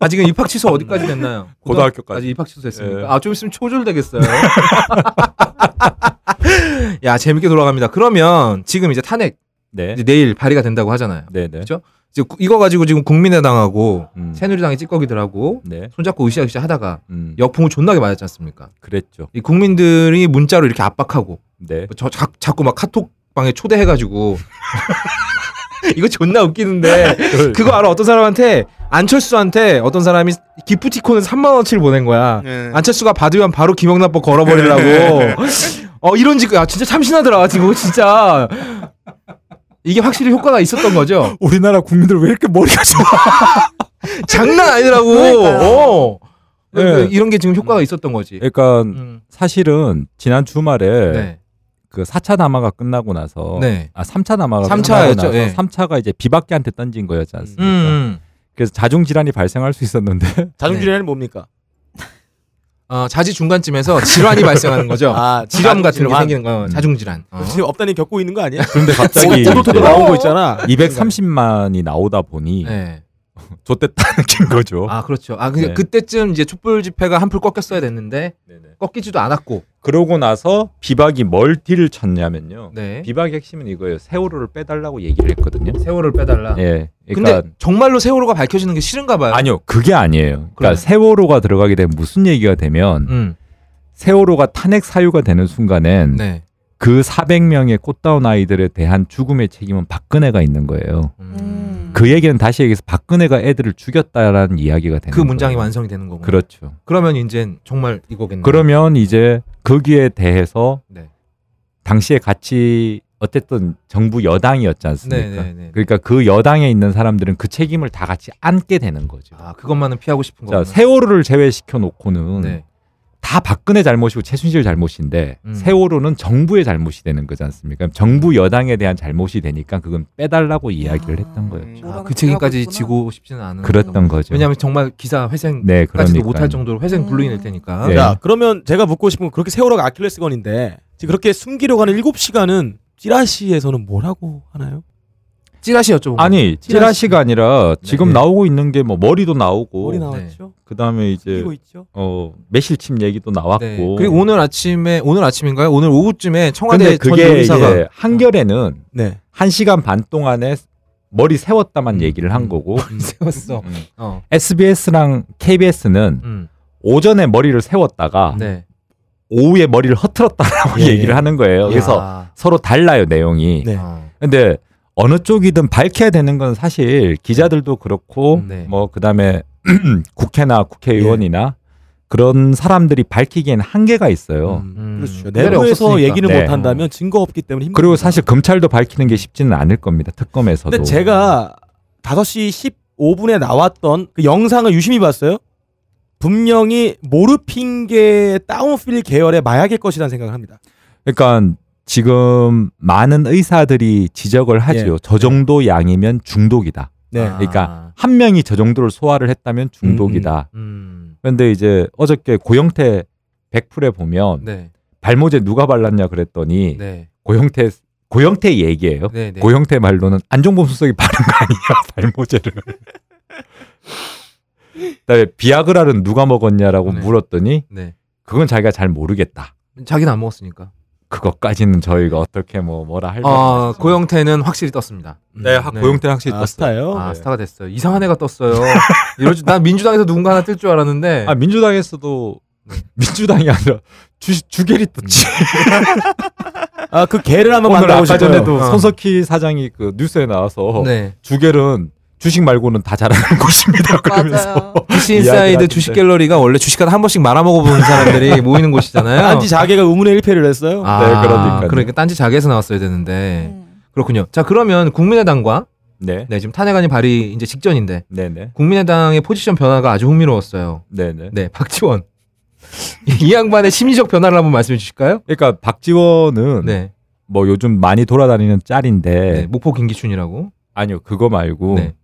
아 지금 입학 취소 어디까지 됐나요?
고등학교까지.
아직 입학 취소 됐습니까?
예.
아좀 있으면 초졸 되겠어요. <laughs> 야 재밌게 돌아갑니다. 그러면 지금 이제 탄핵
네. <laughs>
이제 내일 발의가 된다고 하잖아요.
네네.
그죠? 이제 구- 이거 가지고 지금 국민의당하고
음.
새누리당이 찌꺼기들하고
네.
손잡고 으쌰으쌰 하다가
음.
역풍을 존나게 맞았지 않습니까?
그랬죠.
이 국민들이 문자로 이렇게 압박하고
<laughs>
뭐
네.
저 자, 자꾸 막 카톡방에 초대해가지고 <laughs> 이거 존나 웃기는데
네.
그거 알아 어떤 사람한테 안철수한테 어떤 사람이 기프티콘을 3만 원치를 보낸 거야
네.
안철수가 받으면 바로 김영란법 걸어버리라고 어 이런 짓 야, 진짜 참신하더라 지금 진짜 이게 확실히 효과가 있었던 거죠
우리나라 국민들 왜 이렇게 머리가 좋아?
장난 아니더라고 어. 그러니까
네.
이런 게 지금 효과가 있었던 거지
<laughs> 그러니까
음.
사실은 지난 주말에
네.
그 4차 남아가 끝나고 나서
네.
아 3차 남아가
삼 차였죠,
끝나고 나서
예.
3차가 이제 비박기한테 던진 거였지 않습니까?
음.
그래서 자중 질환이 발생할 수 있었는데
자중질환이 뭡니까?
어, 자지 중간쯤에서 질환이 발생하는 거죠. 질염 같은 게 생기는 거예요. 자중 질환. 어.
지금 업다니 겪고 있는 거 아니야?
그런데 갑자기
오도토도
이제
나온 거 있잖아.
230만이 나오다 보니
네.
좆됐다 느낀 <laughs> 거죠.
아 그렇죠. 아 그,
네.
그때쯤 이제 촛불 집회가 한풀 꺾였어야 됐는데 꺾이지도 않았고.
그러고 나서 비박이 멀티를 찾냐면요.
네.
어, 비박의 핵심은 이거예요. 세월호를 빼달라고 얘기를 했거든요.
세월을 빼달라.
예. 그러니까
근데 정말로 세월호가 밝혀지는 게 싫은가 봐요.
아니요, 그게 아니에요. 그러니까
그래.
세월호가 들어가게 되면 무슨 얘기가 되면
음.
세월호가 탄핵 사유가 되는 순간엔
네.
그 400명의 꽃다운 아이들에 대한 죽음의 책임은 박근혜가 있는 거예요.
음.
그 얘기는 다시 얘기해서 박근혜가 애들을 죽였다라는 이야기가 되는
그 문장이
거예요.
완성이 되는 거고.
그렇죠.
그러면 이제 정말 이거겠네요.
그러면 이제 거기에 대해서
네.
당시에 같이 어쨌든 정부 여당이었지 않습니까?
네, 네, 네.
그러니까 그 여당에 있는 사람들은 그 책임을 다 같이 안게 되는 거죠.
아, 그것만은 피하고 싶은
자,
거구나.
세월호를 제외시켜 놓고는
네.
다 박근혜 잘못이고 최순실 잘못인데
음.
세월호는 정부의 잘못이 되는 거지 않습니까? 정부 여당에 대한 잘못이 되니까 그건 빼달라고 이야기를 했던
음,
거였죠.
아, 그 책임까지 지고 싶지는 않은.
그랬던 거죠.
왜냐하면 정말 기사 회생
그렇죠. 네,
까지도
그러니까요.
못할 정도로 회생 불능일 테니까.
네.
자, 그러면 제가 묻고 싶은 건 그렇게 세월호가 아킬레스건인데 지금 그렇게 숨기려고 하는 7시간은 찌라시에서는 뭐라고 하나요?
찌라시 여쭤보면
아니 찌라시가 아니라 지금
네.
나오고 있는 게 뭐 머리도 나오고
머리 나왔죠?
그다음에 이제
끼고 있죠?
어 매실침 얘기도 나왔고
네. 그리고 오늘 아침에 오늘 아침인가요? 오늘 오후쯤에 청와대
근데
전
그게
요리사가
이제 한결에는
네.
한 시간 반 동안에 머리
음.
세웠다만 얘기를
<laughs>
한 거고
세웠어.
음.
어.
SBS랑 KBS는
음.
오전에 머리를 세웠다가
네.
오후에 머리를 흐트렀다라고
예, 예.
얘기를 하는 거예요. 그래서
야.
아.
서로 달라요 내용이.
네.
어.
근데 어느 쪽이든 밝혀야 되는 건 사실 기자들도 그렇고
음.
네.
뭐 그다음에 <clears throat> 국회나 국회의원이나 그런 사람들이 밝히기엔 한계가 있어요.
음.
그렇죠.
내일이
내부에서
없었으니까.
얘기를
네.
못 한다면 증거 없기 때문에 힘들죠.
그리고 사실 검찰도 밝히는 게 쉽지는 않을 겁니다. 특검에서도.
어,
근데 제가 5시 15분에 나왔던 그 영상을 유심히 봤어요. 분명히 모르핀계 다운필 계열의 마약일 것이라는 생각을 합니다.
그러니까 지금 많은 의사들이 지적을 하지요.
예.
저 정도 양이면 중독이다.
네.
그러니까 한 명이 저 정도를 소화를 했다면 중독이다.
음.
그런데 이제 어저께 고영태 100%에 보면
네.
발모제 누가 발랐냐 그랬더니
네.
고영태 고영태 얘기예요.
네. 네.
고영태 말로는 안종범 수석이 바른 거 아니야 <laughs> 발모제를. 그다음에 비아그라는 누가 먹었냐라고
네.
물었더니
네.
그건 자기가 잘 모르겠다.
자기는 안 먹었으니까.
그것까지는 저희가 어떻게 뭐 뭐라 할.
아,
네.
고영태는 확실히 떴습니다.
네,
네.
고영태 확실히
아,
떴어요.
스타예요.
아,
네.
스타가 됐어요. 이상한 애가 떴어요. 이럴 줄, 난 민주당에서 누군가 하나 뜰 줄 알았는데.
아 민주당에서도 민주당이 아니라 주 주계리 떴지.
아, 그 개를 한번
오늘
만나고
아까
싶어요.
전에도
어.
손석희 사장이 그 뉴스에 나와서
네.
주계는 주식 말고는 다 잘하는 <laughs> 곳입니다. <laughs> 그러면서
맞아요.
<laughs> PC인사이드
이야기를
주식
하는데.
갤러리가 원래 주식하다 한 번씩 말아먹어보는 <laughs> 사람들이 모이는 곳이잖아요.
어.
안지 자개가 의문의 1패를 했어요.
아,
네, 그러니까요.
그러니까 딴지 자기에서 나왔어야 되는데.
음.
그렇군요. 자, 그러면 국민의당과
네,
네, 지금 탄핵안이 발의 이제 직전인데
네, 네,
국민의당의 포지션 변화가 아주 흥미로웠어요.
네, 네.
네, 박지원. <laughs> 이 양반의 심리적 변화를 한번 말씀해 주실까요?
그러니까 박지원은
네.
뭐 요즘 많이 돌아다니는 짤인데
네, 목포 김기춘이라고.
아니요 그거 말고
네.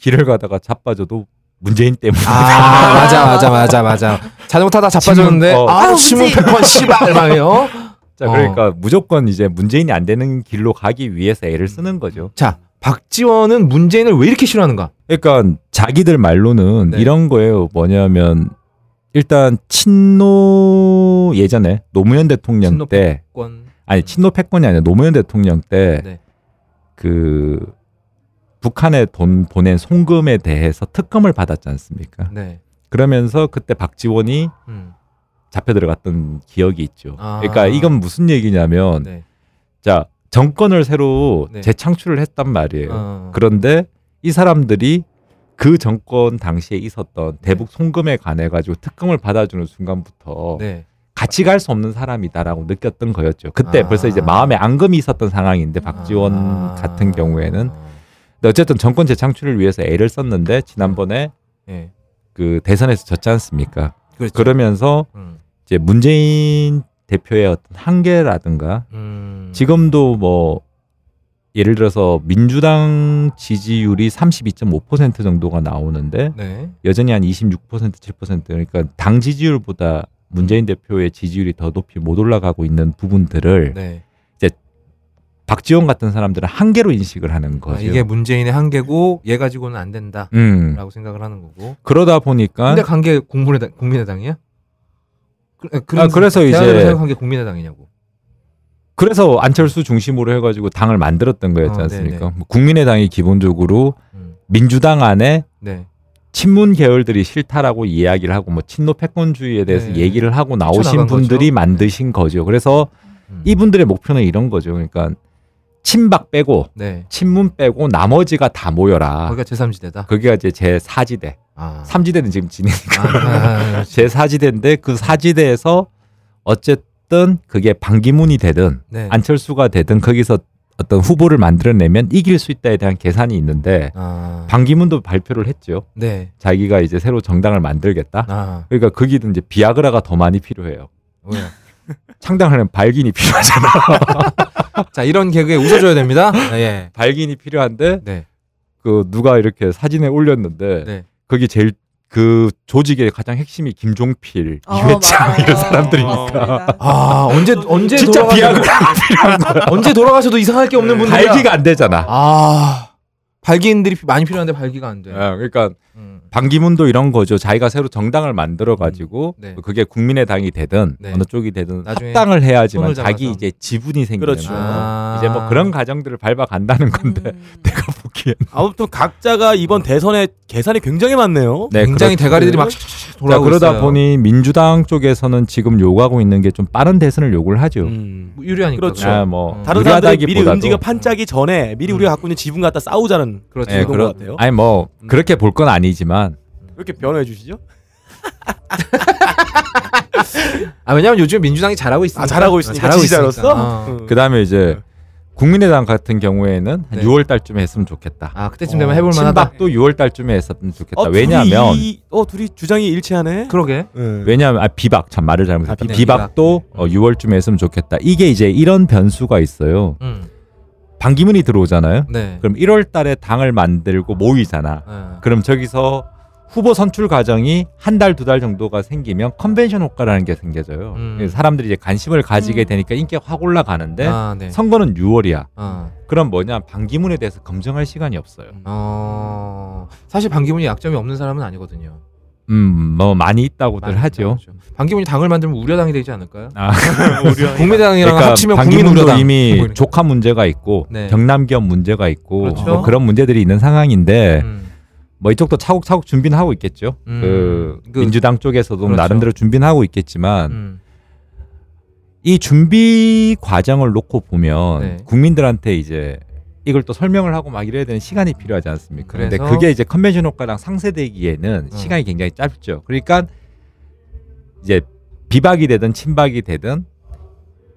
길을 가다가 자빠져도 문재인 때문에
<laughs> 아, 맞아, 맞아, 맞아, 맞아. 자전거 타다 자빠졌는데,
신문, 어.
아우,
아우,
신문
문재인.
100번 씨발! 막이요.
자 그러니까 무조건 이제 문재인이 안 되는 길로 가기 위해서 애를 쓰는 거죠.
자, 박지원은 문재인을 왜 이렇게 싫어하는가?
그러니까 자기들 말로는
네.
이런 거예요. 뭐냐면 일단 친노 예전에 노무현 대통령
친노
때
권.
아니 친노 패권이 아니라 노무현 대통령 때
네.
그 북한에 돈 보낸 송금에 대해서 특검을 받았지 않습니까?
네.
그러면서 그때 박지원이
음.
잡혀 들어갔던 기억이 있죠.
아.
그러니까 이건 무슨 얘기냐면
네.
자 정권을 새로
네.
재창출을 했단 말이에요.
어.
네. 그런데 이 사람들이 그 정권 당시에 있었던 대북 송금에 관해 가지고 특검을 받아주는 순간부터
네.
같이 갈 수 없는 사람이다라고 느꼈던 거였죠. 그때
아.
벌써 이제 마음에 앙금이 있었던 상황인데 박지원
아.
같은 경우에는 근데 어쨌든 정권 재창출을 위해서 애를 썼는데 지난번에
예.
그 대선에서 졌지 않습니까?
그렇죠.
그러면서
음.
이제 문재인 대표의 어떤 한계라든가
음.
지금도 뭐 예를 들어서 민주당 지지율이 32.5% 정도가 나오는데
네.
여전히 한 26% 7% 그러니까 당 지지율보다 문재인 대표의 지지율이 더 높이 못 올라가고 있는 부분들을
네.
이제 박지원 같은 사람들은 한계로 인식을 하는 거죠.
아, 이게 문재인의 한계고 얘 가지고는 안 된다라고
음. 아.
생각을 하는 거고.
그러다 보니까
근데 관계 국민의당 국민의당이야? 그,
아, 그래서 이제-
생각한 게 국민의당이냐고.
그래서 안철수 중심으로 해가지고 당을 만들었던 거였지
아,
않습니까? 뭐 국민의당이 기본적으로 민주당 안에
음. 네.
친문 계열들이 싫다라고 이야기를 하고 뭐 친노 패권주의에 대해서
네.
얘기를 하고 나오신
헤쳐나간 네.
분들이 만드신 거죠. 그래서
음.
이분들의 목표는 이런 거죠. 그러니까 친박 빼고
네.
친문 빼고 나머지가 다 모여라.
거기가 제3지대다.
그게 이제 제 4지대.
아.
3지대는 지금 지내니까.
아,
<laughs> 제 4지대인데 그 4지대에서 어쨌든 그게 반기문이 되든
네.
안철수가 되든 거기서 어떤 후보를 만들어내면 이길 수 있다에 대한 계산이 있는데
아.
반기문도 발표를 했죠.
네.
자기가 이제 새로 정당을 만들겠다.
아.
그러니까 거기든 이제 비아그라가 더 많이 필요해요. 창당하려면 발긴이 필요하잖아. <laughs>
자 이런 개그에 웃어줘야 됩니다. 아, 예.
발긴이 필요한데
네.
그 누가 이렇게 사진에 올렸는데
네.
거기 제일 그 조직의 가장 핵심이 김종필,
어,
이회창
어,
이런 사람들이니까 <laughs>
아 언제 언제
진짜
돌아가셔도-
비아그라가 필요한 거야.
언제 돌아가셔도 이상할 게 없는 분들.
발기가 안 되잖아.
아 네. 발기인들이 많이 필요한데 발기가 안 돼.
네.
음.
예, 그러니까 반기문도 이런 거죠. 자기가 새로 정당을 만들어 가지고
네.
그게 국민의당이 되든
네.
어느 쪽이 되든
나중에
합당을 해야지만
손을 잡아서.
자기 이제 지분이 생기는
그렇죠.
거예요.
아.
이제 뭐 그런 과정들을 밟아 간다는 건데
음.
음.
<laughs> 내가 보기엔
아무튼 각자가 이번
어.
대선에 계산이 굉장히 많네요.
네,
굉장히
그렇죠.
대가리들이 막
자,
샥샥샥 돌아오고
그러다
있어요.
보니 민주당 쪽에서는 지금 요구하고 있는 게 좀 빠른 대선을 요구를 하죠.
음, 유리하니까. 네,
그렇죠.
아,
음.
뭐
다른 사람들이 미리
유리하다기보다도- 음.
음지가 판짜기 전에 미리 우리가 갖고 있는 지분 갖다 싸우자는
그렇죠.
네, 그런
예,
것
그런-
같아요.
아니 뭐 그렇게 볼 건 아니지만
왜 이렇게 변호해 주시죠?
아 왜냐면 요즘 민주당이 잘하고 있으니까. 어.
아, 잘하고 있으니까, 지지자로서? 음.
그다음에 이제 국민의당 같은 경우에는 한 6월 달쯤에 했으면 좋겠다.
아 그때쯤 되면 해볼 만하다. 그
친박도 6월 달쯤에 했으면 좋겠다.
어, 둘이
아, 왜냐하면
이- 어 둘이 주장이 일치하네.
그러게.
왜냐하면 아, 비박 참 말을 잘못했다.
아, 비박.
비박도 어, 6월쯤에 했으면 좋겠다. 이게 이제 이런 변수가 있어요.
음.
반기문이 들어오잖아요.
네.
그럼 1월달에 당을 만들고 모이잖아.
네.
그럼 저기서 후보 선출 과정이 한 달 두 달 정도가 생기면 컨벤션 효과라는 게 생겨져요.
음.
그래서 사람들이 이제 관심을 가지게 되니까 인기가 확 올라가는데
아, 네.
선거는 6월이야.
아. 음.
그럼 뭐냐 반기문에 대해서 검증할 시간이 없어요.
어 사실 반기문이 약점이 없는 사람은 아니거든요.
음, 뭐 많이 있다고들
많이
하죠.
반기문이 네, 당을 만들면 우려당이 되지 않을까요?
아. <laughs>
국민당이랑 합치면 국민
반기문도
우려당.
그러니까 이미 조카 문제가 있고
네.
경남기업 문제가 있고
그렇죠.
뭐 그런 문제들이 있는 상황인데
음.
뭐 이쪽도 차곡차곡 준비는 하고 있겠죠.
음.
그,
그-
민주당 쪽에서도
그렇죠.
나름대로 준비는 하고 있겠지만
음.
이 준비 과정을 놓고 보면
네.
국민들한테 이제 이걸 또 설명을 하고 막 이래야 되는 시간이 필요하지 않습니까? 그런데
그래서-
그게 이제 컨벤션 효과랑 상쇄되기에는
음.
시간이 굉장히 짧죠. 그러니까 이제 비박이 되든 친박이 되든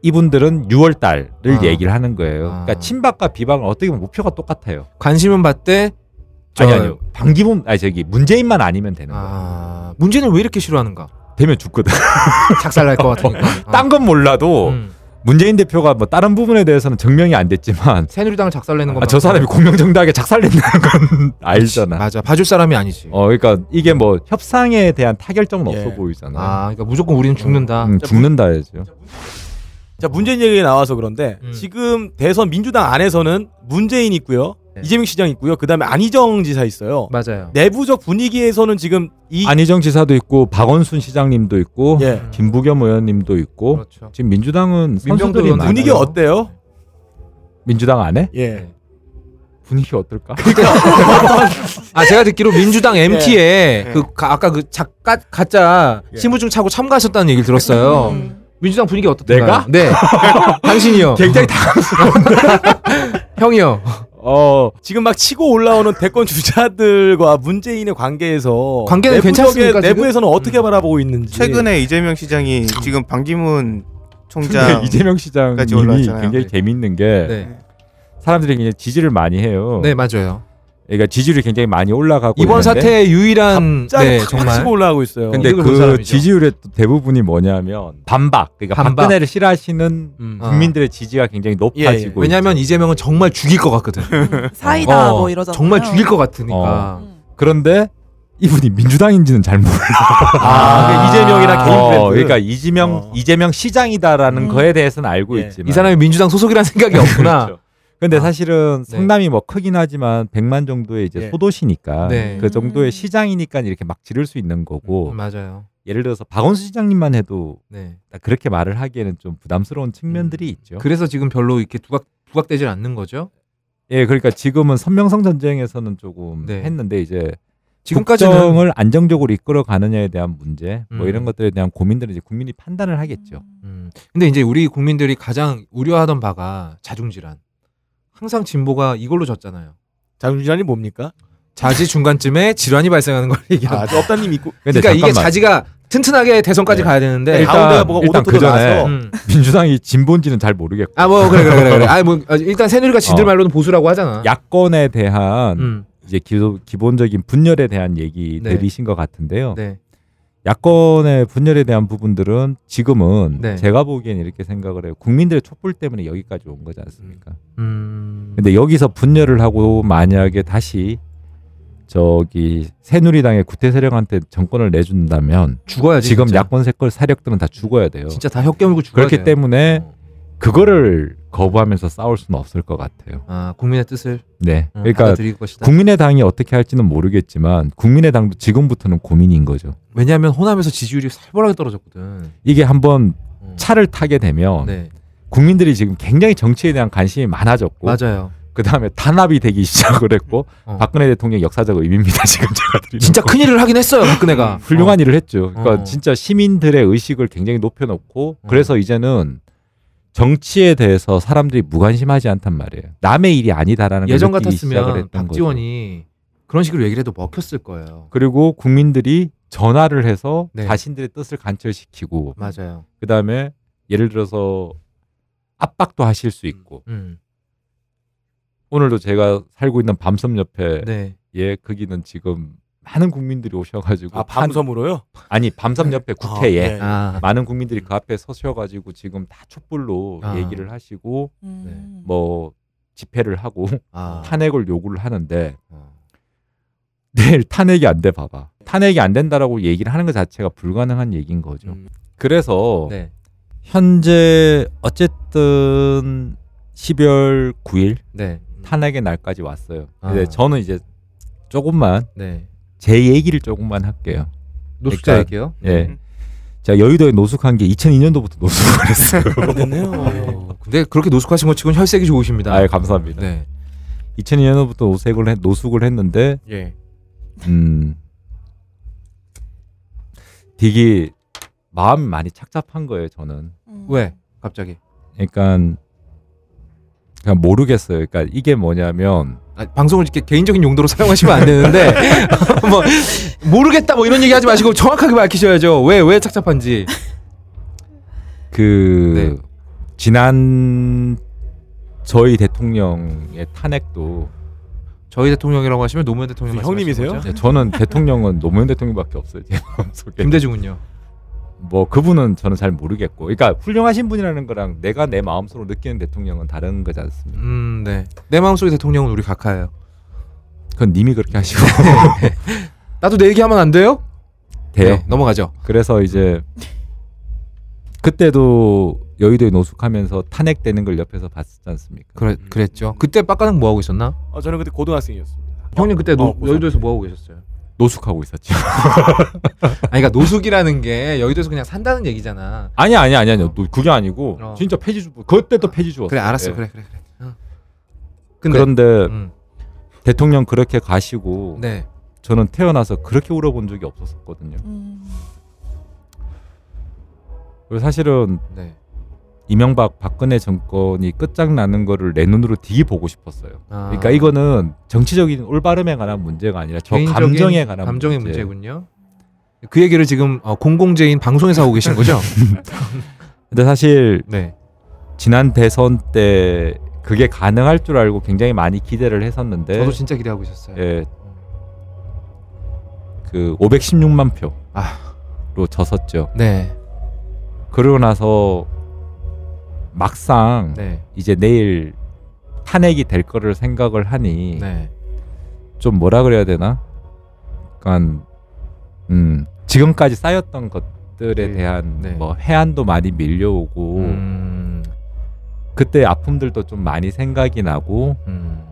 이분들은 6월 달을
아.
얘기를 하는 거예요.
아.
그러니까 친박과 비박은 어떻게 보면 목표가 똑같아요.
관심은 받되 저-
아니 아니요. 반기문 아니 저기 문재인만 아니면 되는 거예요.
아, 문제는 왜 이렇게 싫어하는가?
되면 죽거든.
작살날
어,
것 같으니까. 어.
딴 건 몰라도
음.
문재인 대표가 뭐 다른 부분에 대해서는 증명이 안 됐지만
새누리당을 작살내는 건
아, 저 사람이 공명정당하게 작살낸다는 건 알잖아.
맞아. 봐줄 사람이 아니지.
어, 그러니까 이게 뭐 협상에 대한 타결점은 없어 보이잖아.
아, 그러니까 무조건 우리는 죽는다.
음, 죽는다 해야죠.
자 문재인 얘기 나와서 그런데
음.
지금 대선 민주당 안에서는 문재인 있고요,
네.
이재명 시장 있고요, 그다음에 안희정 지사 있어요.
맞아요.
내부적 분위기에서는 지금 이
안희정 지사도 있고 박원순 시장님도 있고
예.
김부겸 의원님도 있고 지금 민주당은 선수들이 많아요.
분위기 어때요?
민주당 안에
예.
분위기 어떨까?
아 제가 듣기로 민주당 MT에
네.
그 가- 아까 그 작가 가짜 신분증 차고 참가하셨다는 얘기를 들었어요.
음.
민주당 분위기 어떻던가요?
내가?
네.
<laughs>
당신이요.
굉장히
<laughs> 형이요.
<laughs> 어
지금 막 치고 올라오는 대권 주자들과 문재인의 관계에서
관계는
내부적에-
괜찮습니까, 지금?
내부에서는 어떻게 바라보고 있는지
최근에 이재명 시장이 지금 반기문 총장
근데 이재명
까지
시장님이
올라왔잖아요.
굉장히 재밌는 게
네.
사람들이 굉장히 지지를 많이 해요.
네 맞아요.
그러니까 지지율이 굉장히 많이 올라가고
이번
있는데
사태의 유일한
갑자기
네,
팍팍
정말
치고
올라가고 있어요.
근데
그렇죠. 이득을 본
그
사람이죠.
지지율의 또 대부분이 뭐냐면 반박. 그러니까
반박.
박근혜를 싫어하시는
음.
국민들의 지지가 굉장히 높아지고
예, 예.
있죠.
왜냐하면 이재명은 정말 죽일 것 같거든.
음. 사이다
어,
뭐 이러잖아요.
정말 죽일 것
어.
같으니까. 음.
그런데 이분이 민주당인지는 잘 몰라.
아, 그러니까 이재명이랑 개인 브랜드. 어.
그러니까 이재명 이재명 시장이다라는
음.
거에 대해서는 알고 있지만 그렇죠.
이 사람이 아. 민주당 소속이라는 생각이
<laughs>
없구나.
근데 사실은 성남이 뭐 크긴 하지만 100만 정도의 이제
네. 예.
소도시니까
네. 음.
그 정도의 시장이니까 이렇게 막 지를 수 있는 거고
맞아요.
예를 들어서 박원순 시장님만 해도
네.
그렇게 말을 하기에는 좀 부담스러운
음.
측면들이 있죠.
그래서 지금 별로 이렇게 두각 부각되질 않는 거죠.
예, 그러니까 지금은 선명성 전쟁에서는 조금
네.
했는데 이제
지금까지는-
국정을 안정적으로 이끌어 가느냐에 대한 문제, 뭐
음.
이런 것들에 대한 고민들은 이제 국민이 판단을 하겠죠.
근데 이제 우리 국민들이 가장 우려하던 바가 자중질환. 항상 진보가 이걸로 졌잖아요.
자중질환이 뭡니까?
자지 중간쯤에 질환이 발생하는 걸 <laughs> 얘기하는.
아, 저 업다님 있고.
그러니까 이게
네, 잠깐만. 네.
자지가 튼튼하게 대선까지 가야 되는데
일단, 일단 그 전에
음.
민주당이 진본지는 잘 모르겠고
아 뭐 그래 그래 그래 그래. 아뭐 일단 새누리가 지들
어.
말로는 보수라고 하잖아.
야권에 대한
음.
이제 기, 기본적인 분열에 대한 얘기들이신 것 같은데요.
네.
야권의 분열에 대한 부분들은 지금은
네.
제가 보기엔 이렇게 생각을 해요. 국민들의 촛불 때문에 여기까지 온 거지 않습니까?
음.
근데 여기서 분열을 하고 만약에 다시 저기 새누리당의 구태 세력한테 정권을 내준다면
죽어야지,
지금
진짜.
야권 세권 사력들은 다 죽어야 돼요.
진짜 다 혀깨물고 죽어야
그렇기
돼요.
때문에 그거를 거부하면서 싸울 수는 없을 것 같아요.
아 국민의 뜻을
네.
어,
그러니까
받아들일 것이다.
국민의당이 어떻게 할지는 모르겠지만 국민의당도 지금부터는 고민인 거죠.
왜냐하면 호남에서 지지율이 살벌하게 떨어졌거든.
이게 한번 차를 타게 되면
네.
국민들이 지금 굉장히 정치에 대한 관심이 많아졌고
맞아요. 어.
그 다음에 탄압이 되기 <laughs> 시작을 했고 박근혜 대통령 역사적 의미입니다 지금 제가 드리는
진짜
거.
큰 일을 하긴 음. 했어요 어. 박근혜가.
아, 음. 훌륭한 일을 했죠. 그러니까 진짜 시민들의 의식을 굉장히 높여놓고
어.
그래서 이제는 정치에 대해서 사람들이 무관심하지 않단 말이에요. 남의 일이 아니다라는 걸
예전
느끼기 시작을
같았으면
했던 거죠.
박지원이 그런 식으로 얘기를 해도 먹혔을 거예요.
그리고 국민들이 전화를 해서
네.
자신들의 뜻을 관철시키고
맞아요.
그다음에 예를 들어서 압박도 하실 수 있고
음.
오늘도 제가 살고 있는 밤섬 옆에
네.
예 거기는 지금 많은 국민들이 오셔가지고
아, 밤섬으로요?
판- 아니 밤섬
<laughs>
옆에 국회에
아, 네. 아.
많은 국민들이 그 앞에 서셔가지고 지금 다 촛불로
아.
얘기를 하시고
음,
네,
뭐 집회를 하고
아. 어.
탄핵을 요구를 하는데 내일 탄핵이 안 돼 봐봐. 탄핵이 안 된다라고 얘기를 하는 것 자체가 불가능한 얘기인 거죠. 그래서
음. 네.
현재 어쨌든 12월 9일
네.
탄핵의 날까지 왔어요.
아.
근데 저는 이제 조금만
네.
제 얘기를 조금만 할게요.
노숙자 얘기요?
예. 제가 여의도에 노숙한 게 2002년도부터 노숙을 했어요.
네. 근데 그렇게 노숙하신 것 치고는 혈색이 좋으십니다. 네.
아, 예, 감사합니다. 2002년도부터 노숙을, 했, 노숙을 했는데
예.
음. 되게 마음이 많이 착잡한 거예요, 저는.
음,
왜? 갑자기.
그러니까 그냥 모르겠어요. 그러니까 이게 뭐냐면
아, 방송을 이렇게 개인적인 용도로 사용하시면 안 되는데 <laughs> 뭐 모르겠다 뭐 이런 얘기 하지 마시고 정확하게 밝히셔야죠. 왜 왜 착잡한지.
그 지난 저희 대통령의 탄핵도
저희 대통령이라고 하시면 노무현 대통령
형님이세요?
네, 저는 대통령은 노무현 대통령밖에 없어요. 제 <laughs>
네.
마음속에.
김대중은요?
뭐 그분은 저는 잘 모르겠고, 그러니까 훌륭하신 분이라는 거랑 내가 내 마음속으로 느끼는 대통령은 다른 거지 않습니까?
음, 네. 내 마음속의 대통령은 우리 각하예요.
그건 님이 그렇게 하시고
나도 내 얘기하면 안 돼요?
돼요.
네, 넘어가죠.
그래서 이제 그때도 여의도에 노숙하면서 탄핵되는 걸 옆에서 봤지 않습니까?
그래, 그랬죠. 그때 빡가는 뭐 하고 있었나?
아,
어, 저는 그때 고등학생이었습니다.
형님 그때 노-
어, 고생.
여의도에서 뭐 하고 계셨어요?
노숙하고 있었죠. <laughs>
아니 그러니까 노숙이라는 게 여의도에서 그냥 산다는 얘기잖아.
아니 아니 아니 아니 그게 아니고 진짜 폐지 주 그때도 폐지 주었어.
어. 그래 알았어. 그래 그래 그래. 어. 근데- 음.
그런데 대통령 그렇게 가시고
네.
저는 태어나서 그렇게 울어본 적이 없었거든요.
음.
그리고 사실은
네.
이명박 박근혜 정권이 끝장나는 거를 내 눈으로 되게 보고 싶었어요.
아.
그러니까 이거는 정치적인 올바름에 관한 문제가 아니라 저
개인적인
감정에 관한
감정의 문제군요. 그 얘기를 지금 어, 공공재인 방송에서 하고
<laughs>
계신 거죠?
근데 사실
네.
지난 대선 때 그게 가능할 줄 알고 굉장히 많이 기대를 했었는데
저도 진짜 기대하고 있었어요.
네. 예. 그 516만 표로
아.
졌었죠.
네.
그러고 나서 막상
네.
이제 내일 탄핵이 될 거를 생각을 하니
네.
네.
좀 뭐라 그래야 되나? 약간 음, 지금까지
네.
쌓였던 것들에 대한 뭐 해안도 많이 밀려오고
음.
음,
그때 아픔들도 좀 많이 생각이 나고
음.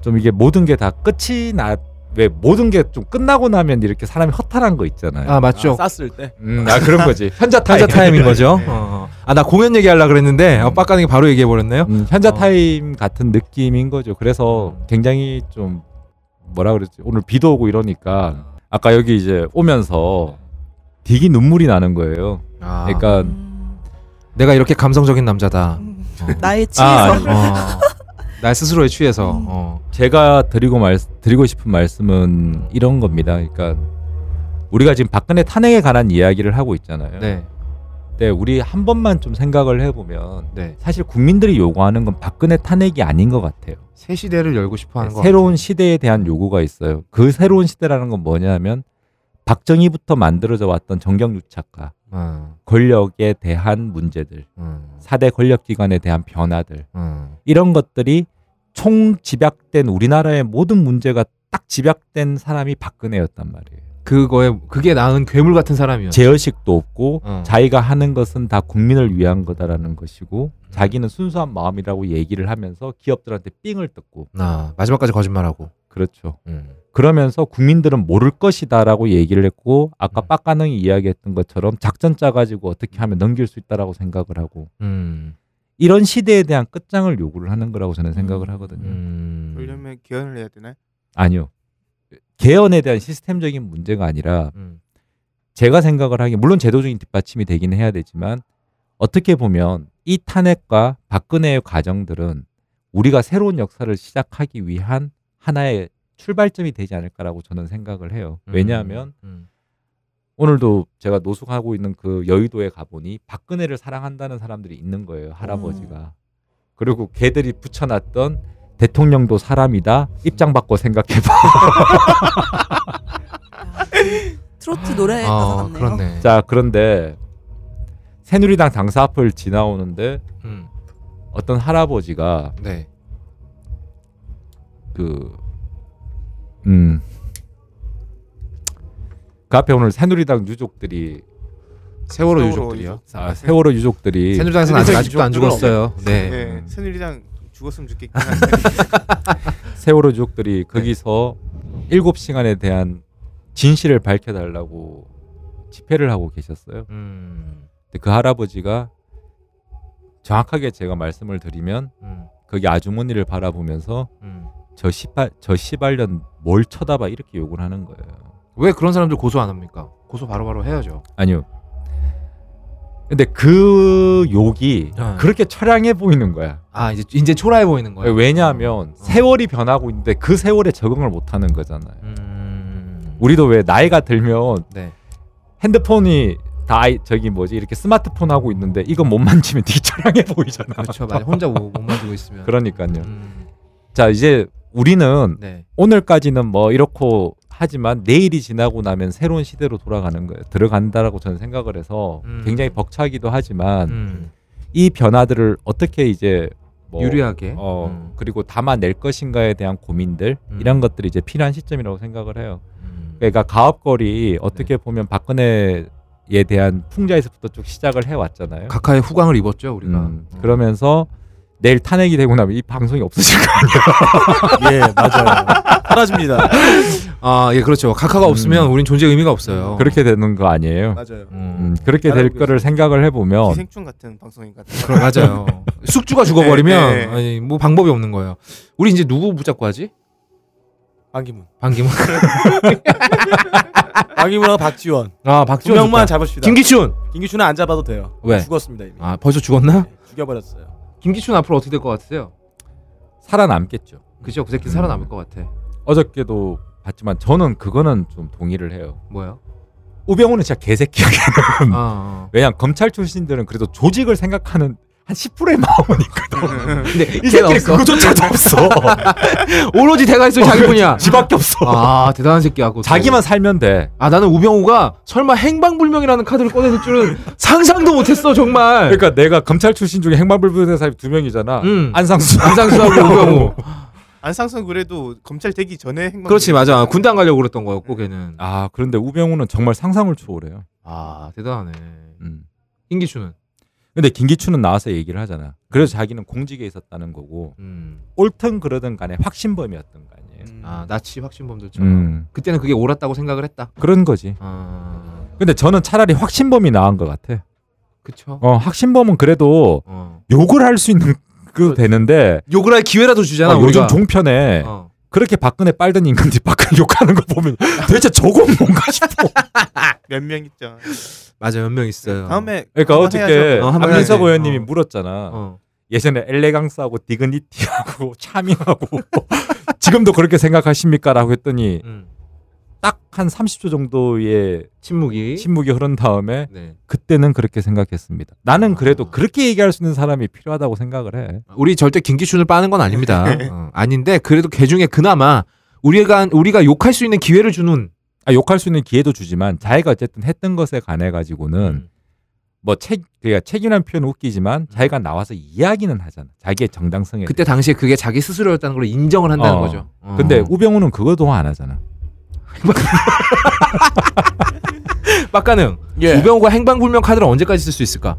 좀 이게 모든 게 다 끝이 나 왜 모든 게 좀 끝나고 나면 이렇게 사람이 허탈한 거 있잖아요.
아, 맞죠.
아, 쌌을 때?
음, 아 그런 거지. <laughs> 현자 타임.
현자 타임인 거죠.
네.
어. 아나 공연 얘기하려 그랬는데 어, 빡가는 게 바로 얘기해 버렸네요.
음, 현자 타임 같은 느낌인 거죠. 그래서 굉장히 좀 뭐라 그랬지? 오늘 비도 오고 이러니까 아까 여기 이제 오면서 되게 눈물이 나는 거예요.
아.
그러니까
내가 이렇게 감성적인 남자다.
음.
어.
나의
아,
<laughs>
취해서
아니.
날 스스로에 취해서
음.
어.
제가 드리고 말 드리고 싶은 말씀은 이런 겁니다. 그러니까 우리가 지금 박근혜 탄핵에 관한 이야기를 하고 있잖아요.
네.
근데 우리 한 번만 좀 생각을 해보면
네.
사실 국민들이 요구하는 건 박근혜 탄핵이 아닌 것 같아요.
새 시대를 열고
아,
싶어
네,
하는 거.
새로운 시대에 대한 요구가 있어요. 그 새로운 시대라는 건 뭐냐면 박정희부터 만들어져 왔던 정경유착과
음.
권력에 대한 문제들, 사 4대 권력기관에 대한 변화들
음.
이런 것들이 총 집약된 우리나라의 모든 문제가 딱 집약된 사람이 박근혜였단 말이에요.
그거에 그게 낳은 괴물 같은
음.
사람이었죠.
제어식도 없고 자기가 하는 것은 다 국민을 위한 거다라는 것이고 자기는 순수한 마음이라고 얘기를 하면서 기업들한테 삥을 뜯고
아, 마지막까지 거짓말하고.
그렇죠.
음.
그러면서 국민들은 모를 것이다라고 얘기를 했고 아까 빡가능이 이야기했던 것처럼 작전 짜가지고 어떻게 하면 넘길 수 있다라고 생각을 하고
음.
이런 시대에 대한 끝장을 요구를 하는 거라고 저는 생각을
음.
하거든요.
음.
그러려면 개헌을 해야 되나?
아니요. 개헌에 대한 시스템적인 문제가 아니라
음.
제가 생각을 하기에 물론 제도적인 뒷받침이 되긴 해야 되지만 어떻게 보면 이 탄핵과 박근혜의 과정들은 우리가 새로운 역사를 시작하기 위한 하나의 출발점이 되지 않을까라고 저는 생각을 해요.
음.
왜냐하면
음.
오늘도 제가 노숙하고 있는 그 여의도에 가보니 박근혜를 사랑한다는 사람들이 있는 거예요. 할아버지가.
음.
그리고 걔들이 붙여놨던 대통령도 사람이다. 입장 바꿔 생각해봐.
트로트
아,
아,
노래 가사 같네요.
<laughs> 자, 그런데 새누리당 당사 앞을 지나오는데
음.
어떤 할아버지가
네.
그 음. 그 앞에 오늘 새누리당 유족들이
세월호 유족들이요? 유족.
아, 세월호 유족들이
새누리당에서는 아직- 아직도 안 죽었어요. 네.
네. 새누리당 죽었으면 좋겠긴
세월호 유족들이 거기서 일곱 시간에 대한 진실을 밝혀달라고 집회를 하고 계셨어요.
음.
근데 그 할아버지가 정확하게 제가 말씀을 드리면
음.
거기 아주머니를 바라보면서 저 시발 저 시발년 뭘 쳐다봐 이렇게 욕을 하는 거예요.
왜 그런 사람들 고소 안 합니까? 고소 바로바로 해야죠.
아니요. 근데 그 욕이
어.
그렇게 처량해 보이는 거야.
아 이제 이제 초라해 보이는 거예요.
네, 왜냐하면
어.
세월이 변하고 있는데 그 세월에 적응을 못 하는 거잖아요.
음.
우리도 왜 나이가 들면
네.
핸드폰이 다 아이- 저기 뭐지 이렇게 스마트폰 하고 있는데 이건 못 만지면 되게 처량해 보이잖아.
그렇죠, 맞아. 혼자 못- 못 만지고 있으면.
그러니까요.
음.
자 이제 우리는
네.
오늘까지는 뭐 이렇고 하지만 내일이 지나고 나면 새로운 시대로 돌아가는 거예요. 들어간다라고 저는 생각을 해서
음.
굉장히 벅차기도 하지만
음.
이 변화들을 어떻게 이제 뭐
유리하게. 음.
어,
음.
그리고 담아낼 것인가에 대한 고민들 이런 것들이 이제 필요한 시점이라고 생각을 해요.
음.
그러니까 가업거리 어떻게 보면 박근혜에 대한 풍자에서부터 쭉 시작을 해왔잖아요. 음,
각하의 후광을 입었죠 우리가.
그러면서 내일 탄핵이 되고 나면 이 방송이 없어질 거 아니에요.
예, 맞아요.
사라집니다.
아, 예, 그렇죠. 각하가 없으면 우린 존재 의미가 없어요.
음. <laughs> 그렇게 되는 거 아니에요.
맞아요.
음, 그렇게 될
잘하고
거를 생각을 해보면
기생충 같은 방송인 것 같아요.
그럼
<laughs>
맞아요. 숙주가 죽어버리면
네, 네.
아니 뭐 방법이 없는 거예요. 우리 이제 누구 붙잡고 하지?
반기문.
<laughs>
반기문.
박이문하고 박지원.
아, 박지원
두 명만
좋다.
잡읍시다.
김기춘!
네.
김기춘은 안 잡아도 돼요.
왜?
죽었습니다 이미.
아, 벌써 죽었나?
죽여버렸어요.
김기춘 앞으로 어떻게 될 것 같으세요?
살아남겠죠.
그죠, 그 새끼
음.
살아남을 것 같아.
어저께도 봤지만 저는 그거는 좀 동의를 해요.
뭐요?
<laughs> 우병우는 진짜 개새끼야. 걔는.
아, 아.
어.
왜냐면 검찰 출신들은 그래도 조직을 생각하는
한 10%의 마음은 있거든. 근데 이
걔는
새끼는
없어.
그거조차도 없어.
오로지 대가 있어 <laughs> 자기뿐이야.
지밖에 없어.
아 대단한 새끼야. 그것도.
자기만 살면 돼.
아 나는 우병우가 설마 행방불명이라는 카드를 꺼내줄 줄은 상상도 못했어 정말.
그러니까 내가 검찰 출신 중에 행방불명된 사람이 두 명이잖아.
음.
안상수,
안상수하고 우병우.
안상선 그래도 검찰 되기 전에 행방.
<laughs> 그렇지 맞아. 군대 안 가려고 그랬던 거였고 걔는.
아 그런데 우병우는 정말 상상을 초월해요.
아 대단하네.
음.
인기추는.
근데 김기춘은 나와서 얘기를 하잖아. 그래서 자기는 공직에 있었다는 거고
음.
옳든 그러든 간에 확신범이었던 거 아니에요.
아 나치 확신범들처럼.
음.
그때는 그게 옳았다고 생각을 했다.
그런 거지.
아
근데 저는 차라리 확신범이 나은 것 같아.
그쵸.
어, 확신범은 그래도
어.
욕을 할 수 있는 그 되는데
욕을 할 기회라도 주잖아.
아,
우리가.
요즘 종편에
어.
그렇게 박근혜 빨던 인간들이 박근혜 욕하는 거
<laughs>
보면 도대체 저건 뭔가 싶어.
몇 명 있죠.
맞아 몇 명 있어요.
다음에
그러니까
한번
어저께
해야죠.
어, 한번
안민석
해야지.
의원님이
어.
물었잖아.
어.
예전에 엘레강스하고 디그니티하고 <laughs> 차밍하고 지금도 그렇게 생각하십니까라고 했더니
음.
딱 한 30초 정도의
침묵이.
침묵이 흐른 다음에
네.
그때는 그렇게 생각했습니다. 나는 그래도
아.
그렇게 얘기할 수 있는 사람이 필요하다고 생각을 해.
우리 절대 김기춘을 빠는 건
<laughs>
아닙니다. 어, 아닌데 그래도 개 중에 그나마 우리가 우리가 욕할 수 있는 기회를 주는
아, 욕할 수 있는 기회도 주지만 자기가 어쨌든 했던 것에 관해 가지고는
음.
뭐 책, 그러니까 책이라는 표현은 웃기지만 자기가 나와서 이야기는 하잖아. 자기의 정당성에.
그때 당시에 그게 자기 스스로였다는 걸 인정을 한다는
예. 어.
거죠. 어.
근데 우병우는 그것도 안 하잖아.
빡가능
예.
우병우가 행방불명 카드를 언제까지 쓸 수 있을까?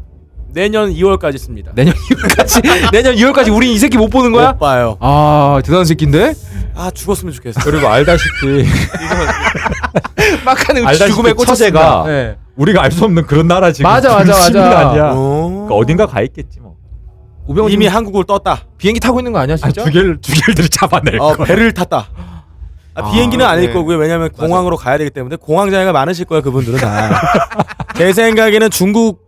내년 2월까지 씁니다.
내년 <laughs> 2월까지 내년 2월까지 우린 이 새끼 못 보는 거야?
못 봐요.
아 대단한 새끼인데
아 죽었으면 좋겠어.
그리고 알다시피
빡가능
알다시피
죽음의
처제가
꽃이가 네.
우리가 알 수 없는 그런 나라 지금
맞아, 맞아,
지금
맞아.
아니야.
어.
그러니까 어딘가 가 있겠지 뭐.
우병우 이미
이미 한국을 떴다.
비행기 타고 있는 거 아니야
아,
진짜?
주결 주결들을 <laughs> 잡아낼
어,
거.
배를 탔다. 아, 비행기는 아닐
네.
거고요. 왜냐면 공항으로 가야 되기 때문에 공항 장애가 많으실 거예요. 그분들은 다. <laughs> 제 생각에는 중국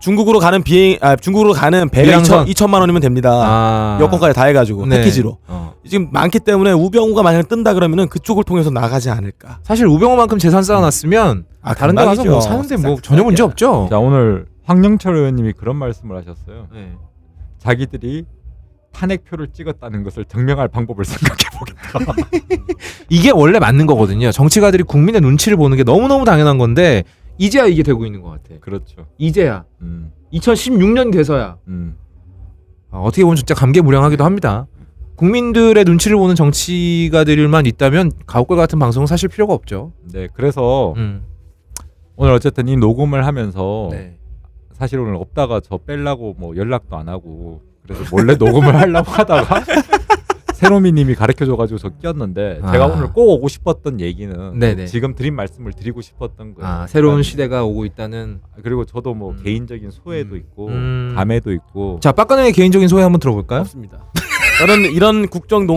중국으로 가는 비행 아 중국으로 가는 배가
대량선.
2천, 2천만 원이면 됩니다.
아.
여권까지 다 해가지고
네.
패키지로
어.
지금 많기 때문에 우병우가 만약 뜬다 그러면은 그쪽을 통해서 나가지 않을까.
사실 우병우만큼 재산 쌓아놨으면
아
다른 데 가서 뭐 사는데 뭐 전혀 문제 없죠.
자 오늘 황영철 의원님이 그런 말씀을 하셨어요.
네.
자기들이 탄핵표를 찍었다는 것을 증명할 방법을 <laughs> 생각해 보겠다.
이게 원래 맞는 거거든요. 정치가들이 국민의 눈치를 보는 게 너무너무 당연한 건데 이제야 이게 되고 있는 것 같아.
그렇죠.
이제야
음,
2016년 돼서야
음.
아, 어떻게 보면 진짜 감개무량하기도 합니다. 국민들의 눈치를 보는 정치가들만 있다면 가옥골 같은 방송은 사실 필요가 없죠.
네, 그래서
음.
오늘 어쨌든 이 녹음을 하면서
네.
사실 오늘 없다가 저 뺄라고 뭐 연락도 안 하고 그래서 몰래 녹음을 하려고
<laughs>
하다가 세로미님이 가르쳐줘가지고 저 꼈는데 제가
아.
오늘 꼭 오고 싶었던 얘기는
네네.
지금 음. 드린 말씀을 드리고 싶었던 거예요.
아, 새로운 시대가 오고 있다는
그리고 저도 뭐
음.
개인적인 소외도 있고
음.
감회도 있고
자 빡가능의 개인적인 소회 한번 들어볼까요?
없습니다. 저는 이런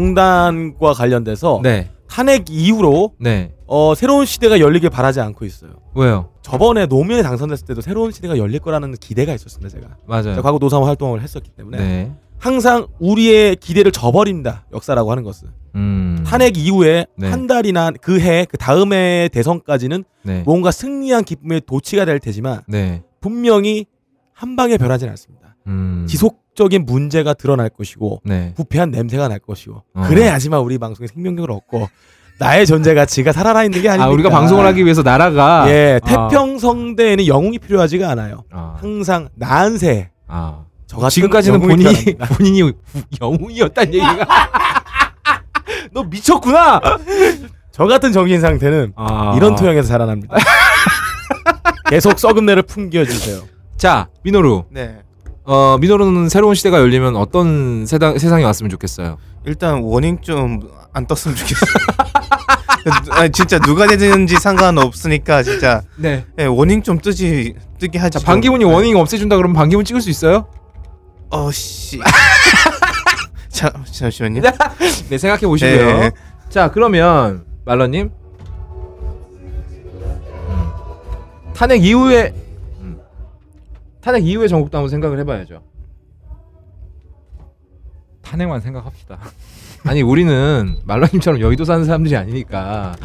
국정농단과 관련돼서
네,
탄핵 이후로
네.
어, 새로운 시대가 열리길 바라지 않고 있어요.
왜요?
저번에 노무현이 당선됐을 때도 새로운 시대가 열릴 거라는 기대가 있었습니다. 제가
맞아요.
제가 과거 노사모 활동을 했었기 때문에
네.
항상 우리의 기대를 저버린다 역사라고 하는 것은
음.
탄핵 이후에
네.
한 달이나 그 해 그 다음 해 대선까지는
네.
뭔가 승리한 기쁨의 도취가 될 테지만
네.
분명히 한 방에 변하진 않습니다.
음.
지속적인 문제가 드러날 것이고
네.
부패한 냄새가 날 것이고
어.
그래야지만 우리 방송에 생명력을 얻고 나의 존재 가치가 살아나 있는 게 아닙니까?
아 우리가 방송을 하기 위해서 나라가
예,
아.
태평성대에는 영웅이 필요하지가 않아요.
아.
항상 나한세
아.
저 같은
지금까지는
영웅이
본인이 <laughs>
필요합니다.
본인이 영웅이었다는
<laughs>
얘기가 너 미쳤구나.
<laughs> 저 같은 정신 상태는
아.
이런
<laughs>
토양에서 자라납니다. 계속 썩은 내를 풍겨주세요.
자 민호루.
네.
어 민호루는 새로운 시대가 열리면 어떤 세상 세상이 왔으면 좋겠어요.
일단 워닝 좀 안 떴으면 좋겠어. <laughs> 아 진짜 누가 되든지 상관없으니까 진짜
네.
예, 워닝 좀 뜨지 뜨게 하지.
자
좀.
반기문이 원인 없애준다 그러면 반기문 찍을 수 있어요?
어 씨. <laughs> 자 잠시만요.
네 생각해 보시고요.
네.
자 그러면 말러님 음. 탄핵 이후에 음. 탄핵 이후에 전국도 한번 생각을 해봐야죠.
탄핵만 생각합시다.
아니 우리는 말러님처럼 여의도 사는 사람들이 아니니까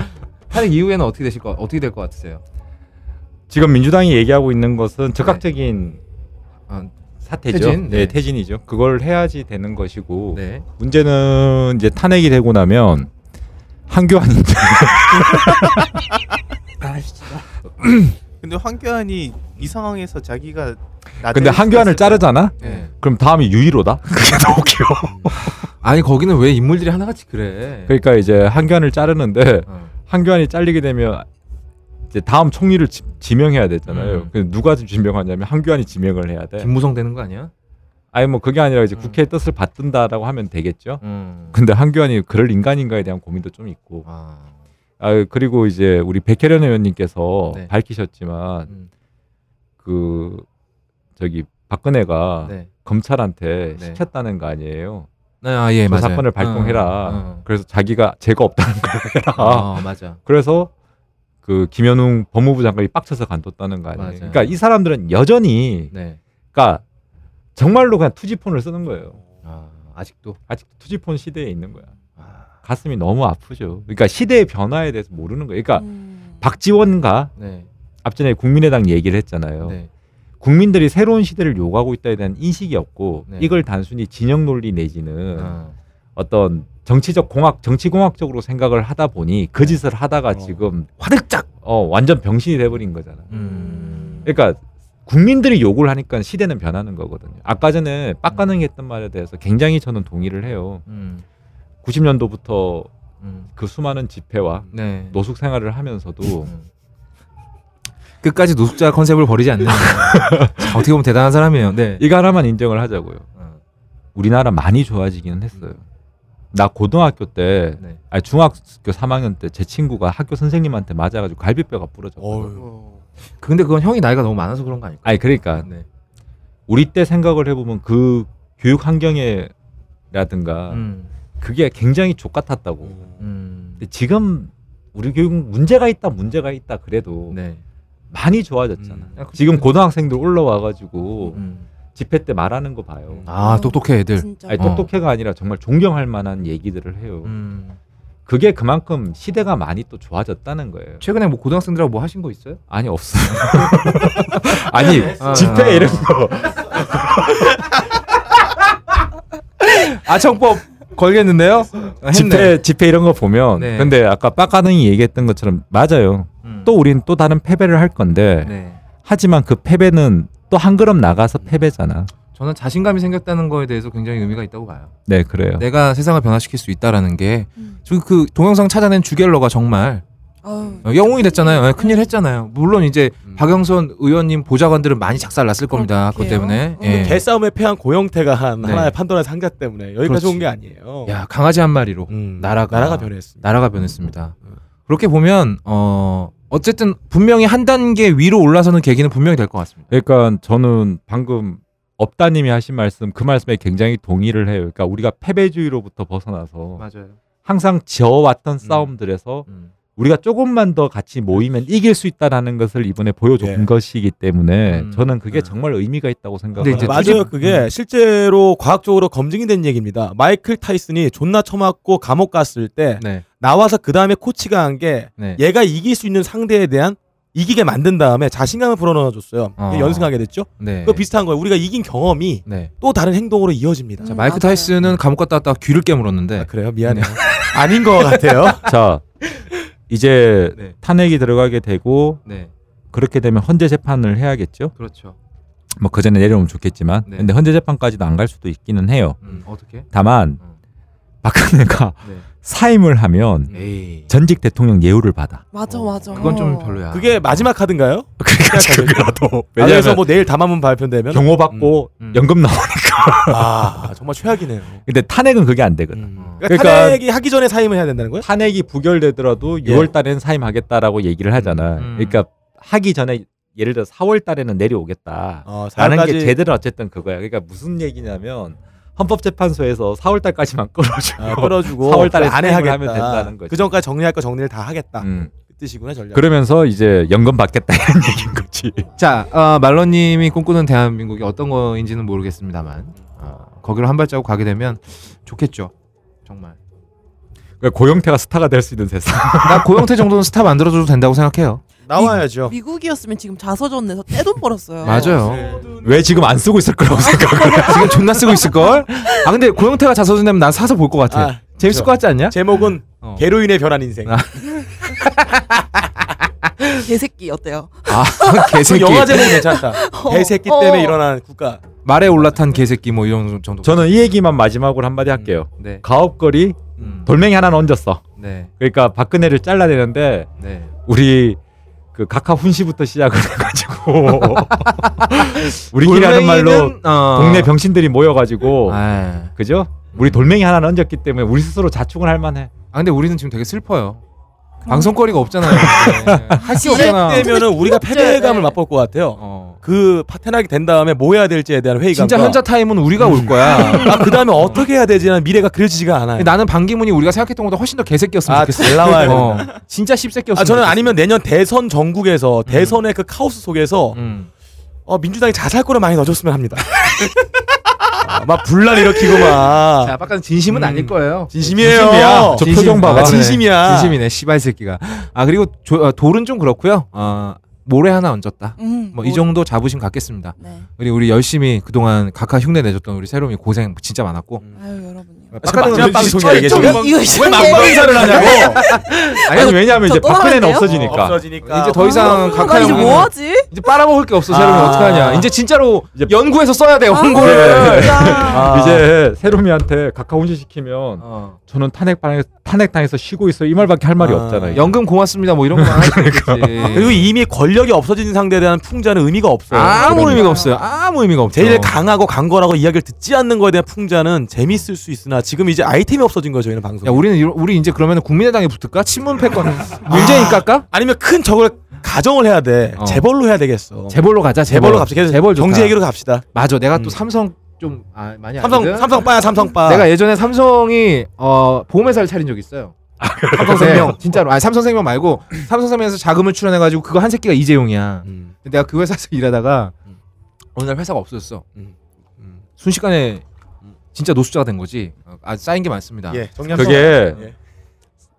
탄핵 이후에는 어떻게 되실 거 어떻게 될 것 같으세요?
지금 민주당이 얘기하고 있는 것은 적극적인
아,
사태죠.
퇴진,
네.
네.
태진이죠. 그걸 해야지 되는 것이고
네.
문제는 이제 탄핵이 되고 나면 한교안인데
근데 황교안이 이 상황에서 자기가
아,
근데
그러니까.
한교안을 자르잖아. 그럼 다음이 유일호다. 그게 더 웃겨.
네. 아니 거기는 왜 인물들이 하나같이 그래? 어.
그러니까 이제 한교안을 자르는데 한교안이 잘리게 되면 이제 다음 총리를 지, 지명해야 되잖아요.
음.
근데 누가 지명하냐면 한교안이 지명을 해야 돼.
김무성 음. 되는 거 아니야?
아니 뭐 그게 아니라 이제 국회의 뜻을 받든다라고 하면 되겠죠.
음.
근데 한교안이 그럴 인간인가에 대한 고민도 좀 있고. 음. 아, 그리고 이제 우리 백혜련 의원님께서
네.
밝히셨지만 그 저기 박근혜가
네.
검찰한테
네.
시켰다는 거 아니에요.
아, 예,
저
맞아요.
사건을 발동해라.
어, 어.
그래서 자기가 죄가 없다는 걸 해라.
<laughs> 어, 맞아.
그래서 그 김현웅 법무부 장관이 빡쳐서 간뒀다는 거 아니에요.
맞아요.
그러니까 이 사람들은 여전히
네.
그러니까 정말로 그냥 투지폰을 쓰는 거예요.
아, 직도
아직도 투지폰 시대에 있는 거야.
아.
가슴이 너무 아프죠. 그러니까 시대의 변화에 대해서 모르는 거예요.
음.
그러니까
음,
박지원과
네.
앞전에 국민의당 얘기를 했잖아요. 국민들이 새로운 시대를 요구하고 있다에 대한 인식이 없고
네. 아.
이걸 단순히 진영 논리 내지는 어떤 정치적 공학 정치 공학적으로 생각을 하다 보니 그 짓을 하다가 지금 화들짝 어 완전 병신이 돼버린 거잖아.
음.
그러니까 국민들이 요구를 하니까 시대는 변하는 거거든요. 아까 전에 빡가능이 했던 말에 대해서 굉장히 저는 동의를 해요.
음.
90년도부터 그 수많은 집회와
네. 음.
노숙 생활을 하면서도
끝까지 노숙자 컨셉을 버리지
<laughs>
않는 자, 어떻게 보면 대단한 사람이에요. 네. 아,
이거 하나만 인정을 하자고요. 우리나라 많이 좋아지기는 했어요. 나 고등학교 때,
네.
아니 중학교 3학년 때 제 친구가 학교 선생님한테 맞아가지고 갈비뼈가 부러졌어요.
근데 그건 형이 나이가 너무 많아서 그런 거 네. 아닐까?
아니 그러니까 우리 때 생각을 해보면 그 교육 환경에라든가
음.
그게 굉장히 족 같았다고. 근데 지금 우리 교육은 문제가 있다 문제가 있다 그래도
네.
많이 좋아졌잖아.
음. 그렇죠.
지금 고등학생들 올라와가지고 집회 때 말하는 거 봐요.
아, 음. 똑똑해, 애들. 진짜.
어.
아니, 똑똑해가 아니라 정말 존경할 만한 얘기들을 해요.
음.
그게 그만큼 시대가 많이 또 좋아졌다는 거예요.
최근에 뭐 고등학생들하고 뭐 하신 거 있어요?
아니 없어요. <laughs> 아니
아,
집회
아.
이런 거.
아청법 걸겠는데요?
집회 집회 이런 거 보면
네.
근데 아까 빡가능이 얘기했던 것처럼 맞아요. 또 우린 또 다른 패배를 할 건데
음. 네.
하지만 그 패배는 또 한 걸음 나가서 패배잖아.
저는 자신감이 생겼다는 거에 대해서 굉장히 의미가 있다고 봐요.
네 그래요.
내가 세상을 변화시킬 수 있다라는 게 지금 그 동영상 찾아낸 주갤러가 정말 어, 영웅이 됐잖아요. 예, 큰일 했잖아요. 물론 이제 박영선 의원님 보좌관들은 많이 작살났을 겁니다. 그것 때문에. 예.
개싸움에 패한 고영태가 한
네.
하나의 판도라의 상가때문에 여기까지
그렇지.
온 게 아니에요.
야 나가지 한 마리로 나라가
나라가 변했습니다.
나라가 변했습니다. 그렇게 보면 어 어쨌든 분명히 한 단계 위로 올라서는 계기는 분명히 될 것 같습니다.
그러니까 저는 방금 업다님이 하신 말씀 그 말씀에 굉장히 동의를 해요. 그러니까 우리가 패배주의로부터 벗어나서
맞아요.
항상 져왔던 싸움들에서
음.
우리가 조금만 더 같이 모이면 이길 수 있다라는 것을 이번에 보여준 것이기 때문에 저는 그게 정말 의미가 있다고 생각합니다.
맞아요. 그게
음.
실제로 과학적으로 검증이 된 얘기입니다. 마이클 타이슨이 존나 처맞고 감옥 갔을 때
네.
나와서 그 다음에 코치가 한 게
네.
얘가 이길 수 있는 상대에 대한 이기게 만든 다음에 자신감을 불어넣어줬어요.
어.
연승하게 됐죠.
네.
그거 비슷한 거예요. 우리가 이긴 경험이
네.
또 다른 행동으로 이어집니다.
자, 마이크 타이슨은 감옥 갔다 왔다가 귀를 깨물었는데.
그래요? 미안해요. <laughs> 아닌 것 같아요.
<laughs> 자 이제 탄핵이 들어가게 되고
네.
그렇게 되면 헌재 재판을 해야겠죠.
그렇죠.
뭐 그 전에 내려오면 좋겠지만
네.
근데 헌재 재판까지도 안 갈 수도 있기는 해요.
음, 어떻게?
다만 박근혜가
네. 음.
사임을 하면 전직 대통령 예우를 받아.
맞아 맞아.
어, 별로야.
그게 마지막 카드인가요?
그러니까 지금이라도
아, 그래서 뭐 내일 담화문
음.
발표되면
경호 받고 연금 나오니까.
아 정말 최악이네요.
<laughs> 근데 탄핵은 그게 안 되거든.
음.
그러니까, 탄핵이 하기 전에 사임을 해야 된다는 거예요?
탄핵이 부결되더라도
예.
6월 달에는 사임하겠다라고 얘기를 하잖아.
음.
그러니까 하기 전에 예를 들어 4월 달에는 내려오겠다.
어,
라는 게
4월까지
제대로 어쨌든 그거야. 그러니까 무슨 얘기냐면 헌법재판소에서 4월 달까지만 끌어주고,
아, 끌어주고
4월 달에
안
안
해
하면
하겠다.
된다는 거지.
그 전까지 정리할 거 정리를 다
아,
하겠다.
음.
그 뜻이구나 전략.
그러면서 이제 연금 받겠다 <laughs> 이런 얘기인 거지.
자, 어, 말러님이 꿈꾸는 대한민국이 어떤 거인지는 모르겠습니다만 어, 거기로 한 발자국 가게 되면 좋겠죠. 정말.
그러니까 고영태가 그 스타가 될 수 있는 세상.
나 고영태 정도는 스타 만들어줘도 된다고 생각해요.
나와야죠.
미국이었으면 지금 자서전 내서 떼돈 벌었어요.
맞아요.
왜 지금 안 쓰고 있을 거라고 생각을 해?
지금 존나 쓰고 있을 걸. 아 근데 고영태가 자서전 내면 난 사서 볼 것 같아.
아, 그렇죠.
재밌을
아,
것 같지 않냐?
제목은
어.
개로 인해 변한 인생.
그 개새끼 어때요?
<laughs>
아, 개새끼.
영화 제목 <laughs> 괜찮다.
어.
개새끼
어.
때문에 일어난 국가.
말에 올라탄 개새끼 뭐 이런 정도.
저는 이 얘기만 마지막으로 한마디 할게요.
네.
가업거리 돌멩이 하나 는 얹었어.
네.
그러니까 박근혜를 잘라내는데
네.
우리 그 각하 훈시부터 시작을 해가지고 우리끼리 하는 말로
돌멩이는, 어.
동네 병신들이 모여가지고
아.
그죠? 우리 돌멩이 하나 는 얹었기 때문에 우리 스스로 자축은 할 만해.
아 근데 우리는 지금 되게 슬퍼요. 방송거리가 없잖아요. 네. 할게 없잖아. 어.
때면은 우리가 패배감을 맛볼 것 같아요. 그 파텐하게 된 다음에 뭐 해야 될지에 대한 회의감.
진짜 현자 타임은 우리가 올 거야.
아, 그 뭐. 다음에 어떻게 해야 되지는 미래가 그려지지가 않아요.
나는 반기문이 우리가 생각했던 것보다 훨씬 더 개새끼였으면
아,
좋겠어.
잘 나와야
어.
된다.
진짜 씹새끼였으면
아, 저는
좋겠어.
아니면 내년 대선 전국에서 대선의 그 카오스 속에서
음.
어, 민주당이 자살골을 많이 넣어줬으면 합니다. 아, 막 분란 일으키고 막.
자, 아까 음. 진심은 아닐 거예요.
진심이에요. 아,
저 표정 봐봐. 진심이네, 씨발 새끼가. 아 그리고 조- 어, 돌은 좀 그렇고요. 어, 모래 하나 얹었다.
음, 네.
뭐 이 정도 자부심 갖겠습니다. 우리 우리 열심히 그동안 각하 흉내 내줬던 우리 새롬이 고생 진짜 많았고.
아유 여러분.
아까도
음. 마지막 방송
진짜
얘기해
좀-
주세요.
이거
왜 막방 의사를 하냐고.
아니 왜냐하면 이제
저
박근혜는
떠나갈게요.
없어지니까.
없어지니까.
이제 더 이상 각하
나 이제
형은
뭐 하지?
이제 빨아먹을 게 없어 새롬이
아.
어떡하냐. 이제 진짜로 연구해서 써야 돼
아,
홍보를.
네.
어.
아.
이제 세롬이한테 각하
어.
훈시시키면 저는 탄핵방에 탄핵당해서 쉬고 있어 이 말밖에 할 말이 없잖아요.
연금 고맙습니다 뭐 <laughs> 이런 거안 하겠지.
그리고 이미 권력이 없어진 상대에 대한 풍자는 의미가 없어요.
아무 의미가 없어요. 아무 그러니까. 의미가 없죠.
제일 강하고 강거라고 이야기를 듣지 않는 거에 대한 풍자는 재밌을 수 있으나 지금 이제 아이템이 없어진 거예요 저희는 방송.
야, 우리는 이러- 우리 이제 그러면 국민의당에 붙을까? 친문 <laughs> 패권 문재인 깎아?
아니면 큰 적을 가정을 해야 돼. 재벌로 해야 되겠어.
재벌로 가자. 재벌.
재벌로 갑시다.
재벌 좋다.
경제 얘기로 갑시다.
맞아. 내가 또 삼성 좀 아, 많이
삼성
아니거든?
삼성 빠야 삼성 빠.
내가 예전에 삼성이 어, 보험회사를 차린 적 있어요.
삼성생명.
네, 진짜로. 아니 삼성생명 말고 삼성생명에서 자금을 출연해 가지고 그거 한 새끼가 이재용이야.
음.
근데 내가 그 회사에서 <laughs> 일하다가 어느 날 회사가 없어졌어. 음. 순식간에 진짜 노숙자가 된 거지. 어, 아 쌓인 게 많습니다.
예, 정리합시다.
그게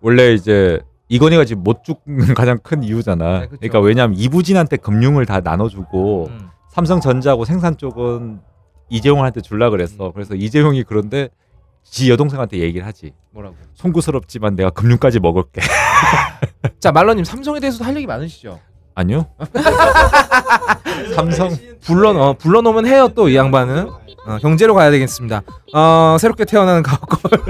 원래 이제 이건희가 지금 못 죽는 <laughs> 가장 큰
네,
이유잖아. 그러니까 왜냐하면 이부진한테 금융을 다 나눠주고
음.
삼성전자하고 생산 쪽은 이재용한테 줄라 그랬어.
음.
그래서 이재용이 그런데 지 여동생한테 얘기를 하지.
뭐라고?
송구스럽지만 내가 금융까지 먹을게. <laughs>
자 말러님 삼성에 대해서도 할 얘기 많으시죠?
<laughs>
아니요.
삼성 불러 어, 불러 놓으면 해요 또 이 양반은 어, 경제로 가야 되겠습니다. 어, 새롭게 태어나는 가옥걸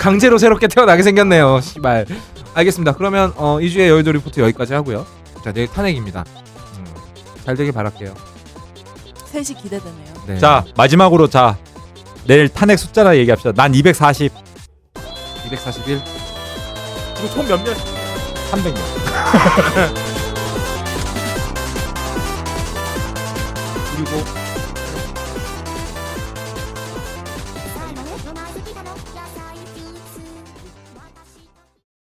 <laughs> 강제로 새롭게 태어나게 생겼네요. 씨발. 알겠습니다. 그러면 어, 2주의 여의도 리포트 여기까지 하고요. 자 내일 탄핵입니다. 음, 잘 되길 바랄게요.
셋이 기대되네요.
네.
자 마지막으로 자 내일 탄핵 숫자나 얘기합시다. 난 240.
241.
그리고 총몇 명?
300명.
그리고